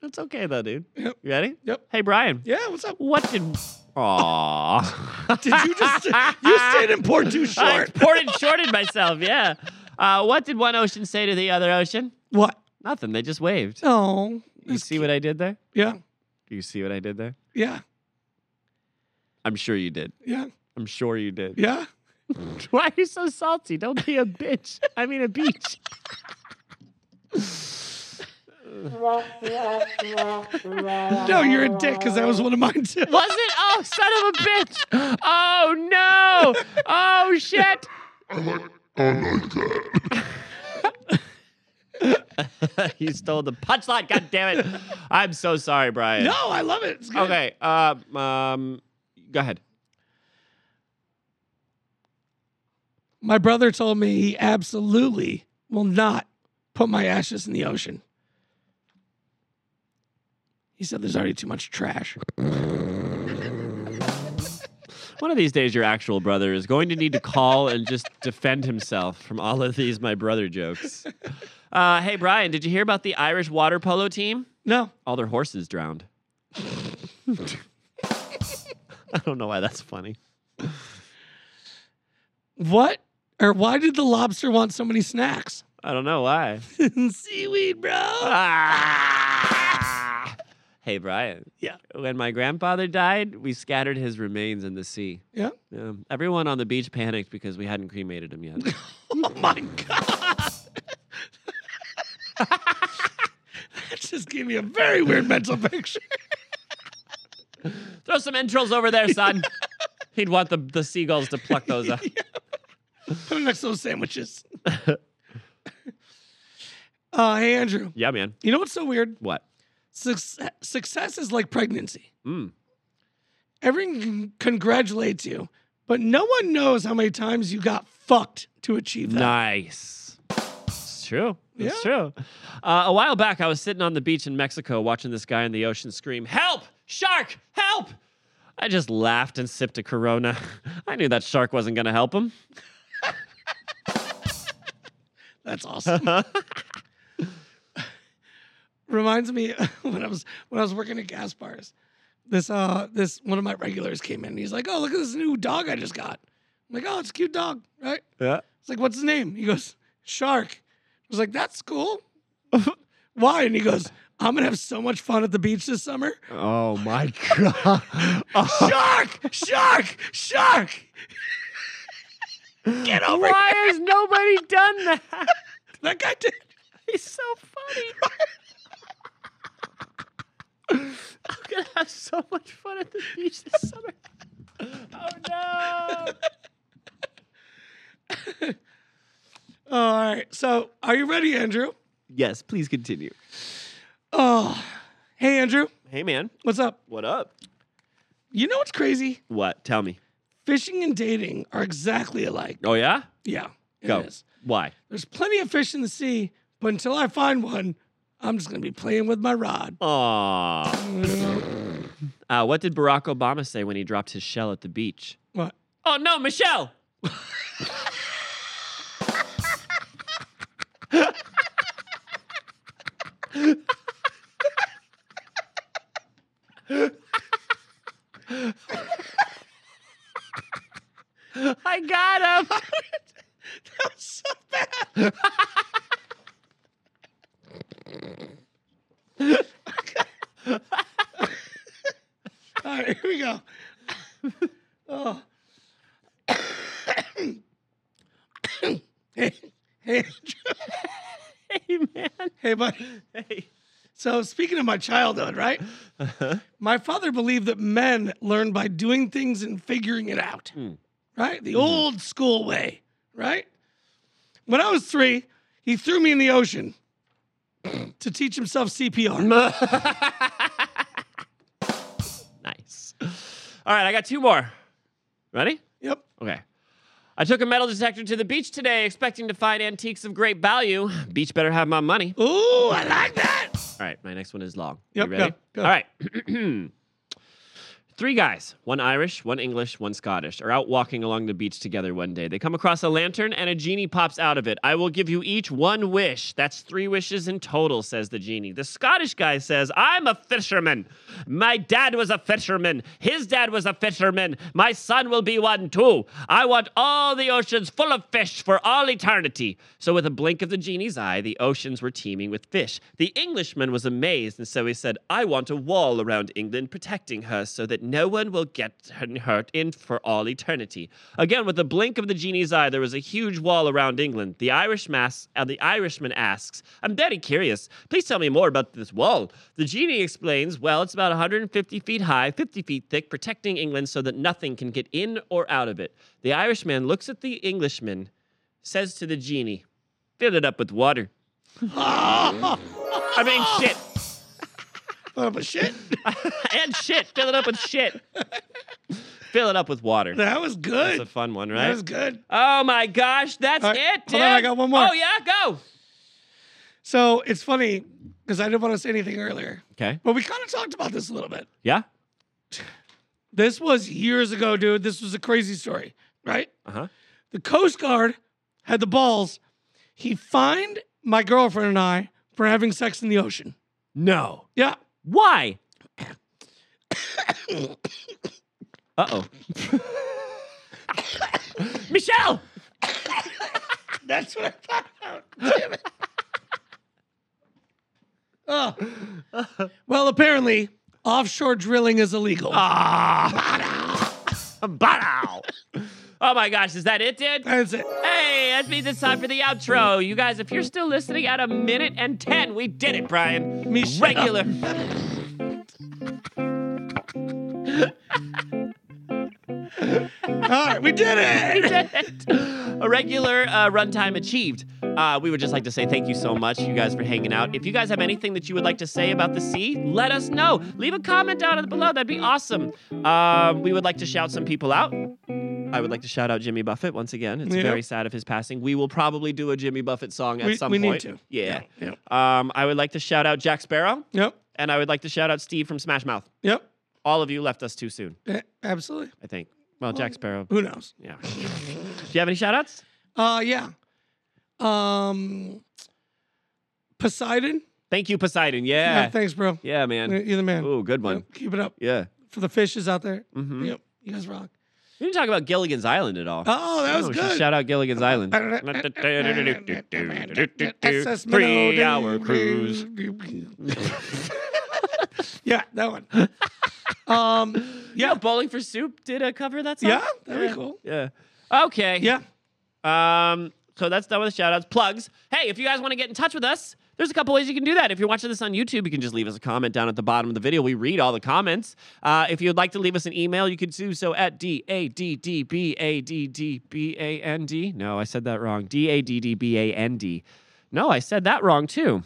[SPEAKER 1] That's okay though, dude.
[SPEAKER 2] Yep.
[SPEAKER 1] You ready?
[SPEAKER 2] Yep.
[SPEAKER 1] Hey, Brian.
[SPEAKER 2] Yeah, what's up?
[SPEAKER 1] What did? Aww.
[SPEAKER 2] Did you just you stayed in port too
[SPEAKER 1] I
[SPEAKER 2] short?
[SPEAKER 1] ported shorted myself. Yeah. Uh, what did one ocean say to the other ocean?
[SPEAKER 2] What?
[SPEAKER 1] Nothing. They just waved.
[SPEAKER 2] Oh,
[SPEAKER 1] You see what I did there?
[SPEAKER 2] yeah,
[SPEAKER 1] Do you see what I did there?
[SPEAKER 2] yeah,
[SPEAKER 1] I'm sure you did.
[SPEAKER 2] yeah,
[SPEAKER 1] I'm sure you did.
[SPEAKER 2] yeah.
[SPEAKER 1] Why are you so salty? Don't be a bitch. I mean a beach.
[SPEAKER 2] No, you're a dick because that was one of mine too.
[SPEAKER 1] Was it? Oh, son of a bitch. Oh no. Oh shit.
[SPEAKER 4] I like, I like that.
[SPEAKER 1] you stole the punchline. God damn it. I'm so sorry, Brian.
[SPEAKER 2] No, I love it. It's good.
[SPEAKER 1] Okay. Uh, um, go ahead.
[SPEAKER 2] My brother told me he absolutely will not put my ashes in the ocean. He said there's already too much trash.
[SPEAKER 1] One of these days, your actual brother is going to need to call and just defend himself from all of these my brother jokes. Uh, hey, Brian, did you hear about the Irish water polo team?
[SPEAKER 2] No.
[SPEAKER 1] All their horses drowned. I don't know why that's funny.
[SPEAKER 2] What or why did the lobster want so many snacks?
[SPEAKER 1] I don't know why.
[SPEAKER 2] Seaweed, bro.
[SPEAKER 1] Ah! Hey, Brian.
[SPEAKER 2] Yeah.
[SPEAKER 1] When my grandfather died, we scattered his remains in the sea.
[SPEAKER 2] Yeah.
[SPEAKER 1] Yeah. Everyone on the beach panicked because we hadn't cremated him yet.
[SPEAKER 2] Oh my god. that just gave me a very weird mental picture.
[SPEAKER 1] Throw some entrails over there, son. He'd want the, the seagulls to pluck those up.
[SPEAKER 2] Put them next to those sandwiches. Uh, hey, Andrew.
[SPEAKER 1] Yeah, man.
[SPEAKER 2] You know what's so weird?
[SPEAKER 1] What?
[SPEAKER 2] Success, success is like pregnancy.
[SPEAKER 1] Mm.
[SPEAKER 2] Everyone con- congratulates you, but no one knows how many times you got fucked to achieve that.
[SPEAKER 1] Nice. It's true. It's true. Uh, a while back, I was sitting on the beach in Mexico watching this guy in the ocean scream, Help! Shark! Help! I just laughed and sipped a Corona. I knew that shark wasn't going to help him.
[SPEAKER 2] That's awesome. Reminds me when I was when I was working at gas bars. This uh this one of my regulars came in. And he's like, "Oh, look at this new dog I just got." I'm like, "Oh, it's a cute dog, right?"
[SPEAKER 1] Yeah.
[SPEAKER 2] It's like, "What's his name?" He goes, "Shark." I was like, "That's cool." Why? And he goes, "I'm gonna have so much fun at the beach this summer."
[SPEAKER 1] Oh my God.
[SPEAKER 2] Shark! Shark! Shark! Get over
[SPEAKER 1] Why has nobody done that?
[SPEAKER 2] here. That guy did.
[SPEAKER 1] He's so funny. I'm gonna have so much fun at the beach this summer. Oh no!
[SPEAKER 2] All right. So, are you ready, Andrew?
[SPEAKER 1] Yes, please continue.
[SPEAKER 2] Oh, hey, Andrew.
[SPEAKER 1] Hey man,
[SPEAKER 2] What's up?
[SPEAKER 1] what up?
[SPEAKER 2] You know what's crazy?
[SPEAKER 1] What? Tell me.
[SPEAKER 2] Fishing and dating are exactly alike.
[SPEAKER 1] Oh yeah?
[SPEAKER 2] Yeah, it
[SPEAKER 1] Go.
[SPEAKER 2] is.
[SPEAKER 1] Why?
[SPEAKER 2] There's plenty of fish in the sea, but until I find one, I'm just gonna be playing with my rod.
[SPEAKER 1] Aww. Uh, what did Barack Obama say when he dropped his shell at the beach?
[SPEAKER 2] What?
[SPEAKER 1] Oh no, Michelle! I got him!
[SPEAKER 2] That was so bad. All right, here we go. Oh. hey, hey, Andrew.
[SPEAKER 1] Hey man!
[SPEAKER 2] hey, buddy.
[SPEAKER 1] Hey. Uh-huh.
[SPEAKER 2] So speaking of my childhood, right? My father believed that men learn by doing things and figuring it out,
[SPEAKER 1] Mm.
[SPEAKER 2] right? The old school way, right? When I was three, he threw me in the ocean to teach himself CPR.
[SPEAKER 1] nice. All right, I got two more. Ready?
[SPEAKER 2] Yep.
[SPEAKER 1] Okay. I took a metal detector to the beach today, expecting to find antiques of great value. Beach better have my money.
[SPEAKER 2] Ooh, I like that.
[SPEAKER 1] All right, my next one is long.
[SPEAKER 2] Yep,
[SPEAKER 1] you ready?
[SPEAKER 2] go, go.
[SPEAKER 1] All right. Three guys, one Irish, one English, one Scottish, are out walking along the beach together one day. They come across a lantern and a genie pops out of it. I will give you each one wish. That's three wishes in total, says the genie. The Scottish guy says, I'm a fisherman. My dad was a fisherman. His dad was a fisherman. My son will be one too. I want all the oceans full of fish for all eternity. So, with a blink of the genie's eye, the oceans were teeming with fish. The Englishman was amazed, and so he said, I want a wall around England protecting her so that no one will get her- hurt in for all eternity. Again, with a blink of the genie's eye, there was a huge wall around England. The Irish mass, uh, the Irishman asks, I'm very curious. Please tell me more about this wall. The genie explains, well, it's about 150 feet high, 50 feet thick, protecting England so that nothing can get in or out of it. The Irishman looks at the Englishman, says to the genie, fill it up with water. I mean, shit.
[SPEAKER 2] Oh, but shit,
[SPEAKER 1] and shit. Fill it up with shit. Fill it up with water.
[SPEAKER 2] that was
[SPEAKER 1] That's a
[SPEAKER 2] good.
[SPEAKER 1] fun one,
[SPEAKER 2] That
[SPEAKER 1] right?
[SPEAKER 2] was good.
[SPEAKER 1] Oh my gosh, that's
[SPEAKER 2] All right,
[SPEAKER 1] it, dude.
[SPEAKER 2] hold on, I got one more.
[SPEAKER 1] Oh yeah, go.
[SPEAKER 2] So it's funny because I didn't want to say anything earlier,
[SPEAKER 1] Okay.
[SPEAKER 2] but we kind of talked about this a little bit.
[SPEAKER 1] Yeah.
[SPEAKER 2] This was years ago, dude. This was a crazy story, right?
[SPEAKER 1] Uh huh.
[SPEAKER 2] The Coast Guard had the balls. He fined my girlfriend and I for having sex in the ocean.
[SPEAKER 1] No.
[SPEAKER 2] Yeah.
[SPEAKER 1] Why? uh oh. Michelle.
[SPEAKER 2] That's what I thought about. Damn it. Oh. Well, apparently, offshore drilling is illegal.
[SPEAKER 1] Ah. Bow. Oh my gosh, is that it, dude?
[SPEAKER 2] That's it.
[SPEAKER 1] Hey, that means it's time for the outro. You guys, if you're still listening at a minute and 10, we did it, Brian.
[SPEAKER 2] Michelle.
[SPEAKER 1] Regular.
[SPEAKER 2] All All right, we did it.
[SPEAKER 1] a regular uh, runtime achieved. Uh, we would just like to say thank you so much, you guys, for hanging out. If you guys have anything that you would like to say about the sea, let us know. Leave a comment down below. That'd be awesome. Uh, we would like to shout some people out. I would like to shout out Jimmy Buffett once again. It's
[SPEAKER 2] Yeah.
[SPEAKER 1] very sad of his passing. We will probably do a Jimmy Buffett song at
[SPEAKER 2] We-
[SPEAKER 1] some
[SPEAKER 2] we need
[SPEAKER 1] point.
[SPEAKER 2] to.
[SPEAKER 1] Yeah.
[SPEAKER 2] Yep.
[SPEAKER 1] Um, I would like to shout out Jack Sparrow,
[SPEAKER 2] Yep.
[SPEAKER 1] and I would like to shout out Steve from Smash Mouth.
[SPEAKER 2] Yep.
[SPEAKER 1] All of you left us too soon,
[SPEAKER 2] Yeah, absolutely.
[SPEAKER 1] I think. Well, Jack Sparrow.
[SPEAKER 2] Who knows?
[SPEAKER 1] Yeah. Do you have any shout outs?
[SPEAKER 2] Uh, yeah. Um, Poseidon.
[SPEAKER 1] Thank you, Poseidon.
[SPEAKER 2] Yeah,
[SPEAKER 1] Yeah.
[SPEAKER 2] thanks, bro.
[SPEAKER 1] Yeah,
[SPEAKER 2] You're
[SPEAKER 1] man.
[SPEAKER 2] you're the man.
[SPEAKER 1] Ooh, good one.
[SPEAKER 2] Yep, Keep it up
[SPEAKER 1] Yeah.
[SPEAKER 2] for the fishes out there.
[SPEAKER 1] Mm-hmm.
[SPEAKER 2] Yep. You guys rock.
[SPEAKER 1] We didn't talk about Gilligan's Island at all.
[SPEAKER 2] Oh, that was
[SPEAKER 1] Oh, we should
[SPEAKER 2] good.
[SPEAKER 1] Shout out Gilligan's Island.
[SPEAKER 2] SS Minnow.
[SPEAKER 1] Three hour cruise.
[SPEAKER 2] yeah, that one. Um,
[SPEAKER 1] Yeah, Bowling for Soup did a cover of that song.
[SPEAKER 2] yeah, that'd be cool.
[SPEAKER 1] Yeah. Okay.
[SPEAKER 2] Yeah.
[SPEAKER 1] Um, so that's done with the shout outs. Plugs. Hey, if you guys want to get in touch with us, there's a couple ways you can do that. If you're watching this on YouTube, you can just leave us a comment down at the bottom of the video. We read all the comments. Uh, if you'd like to leave us an email, you can do so at D A D D B A D D B A N D. No, I said that wrong. D A D D B A N D. No, I said that wrong too.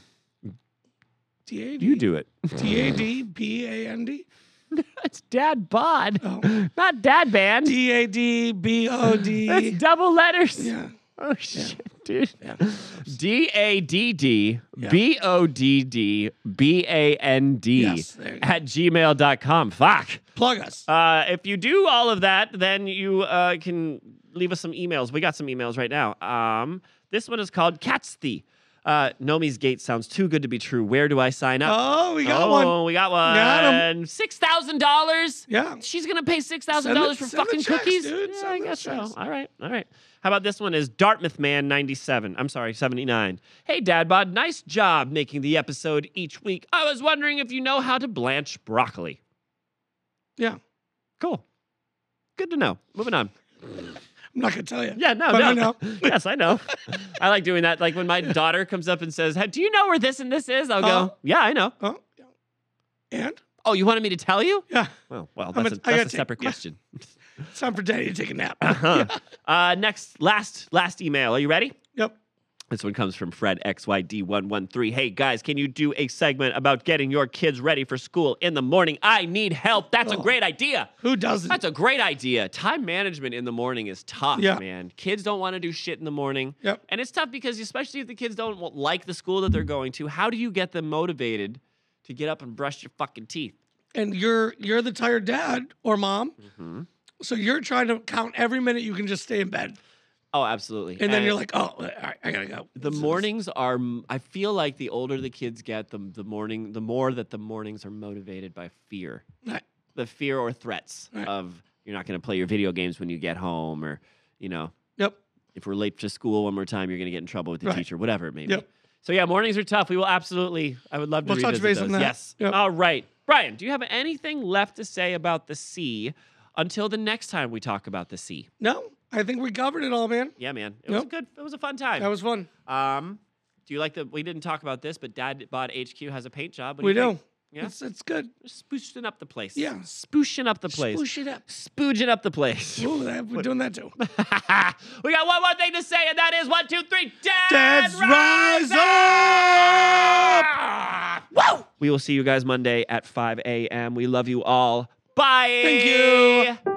[SPEAKER 2] T-A-D.
[SPEAKER 1] You do it.
[SPEAKER 2] T-A-D-B-A-N-D.
[SPEAKER 1] it's Dad Bod,
[SPEAKER 2] Oh.
[SPEAKER 1] not Dad Band.
[SPEAKER 2] D-A-D-B-O-D.
[SPEAKER 1] it's double letters.
[SPEAKER 2] Yeah.
[SPEAKER 1] Oh shit, dude.
[SPEAKER 2] Yeah.
[SPEAKER 1] D A D D
[SPEAKER 2] Yeah.
[SPEAKER 1] B O D D B A N D
[SPEAKER 2] Yes, there you go.
[SPEAKER 1] at gmail.com. Fuck.
[SPEAKER 2] Plug us.
[SPEAKER 1] Uh, if you do all of that, then you uh, can leave us some emails. We got some emails right now. Um, this one is called Cats the. Uh, Nomi's Gate sounds too good to be true. Where do I sign up?
[SPEAKER 2] Oh, we got
[SPEAKER 1] oh,
[SPEAKER 2] one.
[SPEAKER 1] We got
[SPEAKER 2] Got 'em.
[SPEAKER 1] one. Six thousand dollars.
[SPEAKER 2] Yeah.
[SPEAKER 1] She's gonna pay six thousand
[SPEAKER 2] Send it-
[SPEAKER 1] dollars for
[SPEAKER 2] send the
[SPEAKER 1] fucking
[SPEAKER 2] checks,
[SPEAKER 1] cookies.
[SPEAKER 2] dude.
[SPEAKER 1] Yeah,
[SPEAKER 2] Send
[SPEAKER 1] I
[SPEAKER 2] the
[SPEAKER 1] guess so.
[SPEAKER 2] checks.
[SPEAKER 1] All right, all right. How about this one? Is Dartmouth Man ninety seven? I'm sorry, seventy nine. Hey, Dad Bod, nice job making the episode each week. I was wondering if you know how to blanch broccoli.
[SPEAKER 2] Yeah. I'm
[SPEAKER 1] Cool. Good to know. Moving on.
[SPEAKER 2] not going to tell you.
[SPEAKER 1] Yeah, no,
[SPEAKER 2] But
[SPEAKER 1] no.
[SPEAKER 2] I know.
[SPEAKER 1] yes, I know. I like doing that. Like when my daughter comes up and says, hey, "Do you know where this and this is?" I'll go,
[SPEAKER 2] Uh-huh.
[SPEAKER 1] "Yeah, I know."
[SPEAKER 2] Oh, yeah. And?
[SPEAKER 1] Oh, you wanted me to tell you?
[SPEAKER 2] Yeah.
[SPEAKER 1] Well, well,
[SPEAKER 2] I'm
[SPEAKER 1] that's a,
[SPEAKER 2] a- I gotta
[SPEAKER 1] that's a
[SPEAKER 2] take-
[SPEAKER 1] separate
[SPEAKER 2] yeah.
[SPEAKER 1] question.
[SPEAKER 2] It's time for daddy to take a nap.
[SPEAKER 1] Huh. Uh, next, last, last email. Are you ready?
[SPEAKER 2] Yep.
[SPEAKER 1] This one comes from Fred XYD113. Hey guys, can you do a segment about getting your kids ready for school in the morning? I need help. That's a
[SPEAKER 2] Oh.
[SPEAKER 1] great idea.
[SPEAKER 2] Who doesn't?
[SPEAKER 1] That's a great idea. Time management in the morning is tough,
[SPEAKER 2] Yeah.
[SPEAKER 1] man. Kids don't want to do shit in the morning.
[SPEAKER 2] Yep.
[SPEAKER 1] And it's tough because, especially if the kids don't wa- like the school that they're going to, how do you get them motivated to get up and brush your fucking teeth?
[SPEAKER 2] and you're you're the tired dad or mom.
[SPEAKER 1] Mm-hmm.
[SPEAKER 2] So you're trying to count every minute you can just stay in bed,
[SPEAKER 1] Oh, absolutely.
[SPEAKER 2] and then you're like, "Oh, all right, I gotta go."
[SPEAKER 1] The
[SPEAKER 2] This is-
[SPEAKER 1] mornings are. m- I feel like the older the kids get, the the morning, the more that the mornings are motivated by fear,
[SPEAKER 2] Right.
[SPEAKER 1] the fear or threats
[SPEAKER 2] Right.
[SPEAKER 1] of you're not going to play your video games when you get home, or you know,
[SPEAKER 2] Yep.
[SPEAKER 1] if we're late to school one more time, you're going to get in trouble with the
[SPEAKER 2] Right.
[SPEAKER 1] teacher, whatever it may be.
[SPEAKER 2] Yep.
[SPEAKER 1] So yeah, mornings are tough. We will absolutely. I would love to
[SPEAKER 2] We'll touch
[SPEAKER 1] revisit
[SPEAKER 2] base
[SPEAKER 1] those.
[SPEAKER 2] on that.
[SPEAKER 1] Yes.
[SPEAKER 2] Yep.
[SPEAKER 1] All right, Brian. Do you have anything left to say about the sea until the next time we talk about the sea?
[SPEAKER 2] No, I think we covered it all, man.
[SPEAKER 1] Yeah, man. It was a
[SPEAKER 2] Nope.
[SPEAKER 1] good. It was a fun time.
[SPEAKER 2] That was fun.
[SPEAKER 1] Um, do you like the? We didn't talk about this, but Dad Bod HQ has a paint job. What
[SPEAKER 2] we
[SPEAKER 1] do. You
[SPEAKER 2] do.
[SPEAKER 1] think? Yeah?
[SPEAKER 2] It's it's good.
[SPEAKER 1] Spooching up the place.
[SPEAKER 2] Yeah.
[SPEAKER 1] Spooching up the place.
[SPEAKER 2] Spoosh it up.
[SPEAKER 1] Spooging up the place.
[SPEAKER 2] Ooh, that, we're doing that too.
[SPEAKER 1] we got one more thing to say, and that is one, two, three. Dad,
[SPEAKER 2] Dads rise up! Whoa!
[SPEAKER 1] We will see you guys Monday at 5 a.m. We love you all. Bye.
[SPEAKER 2] Thank you.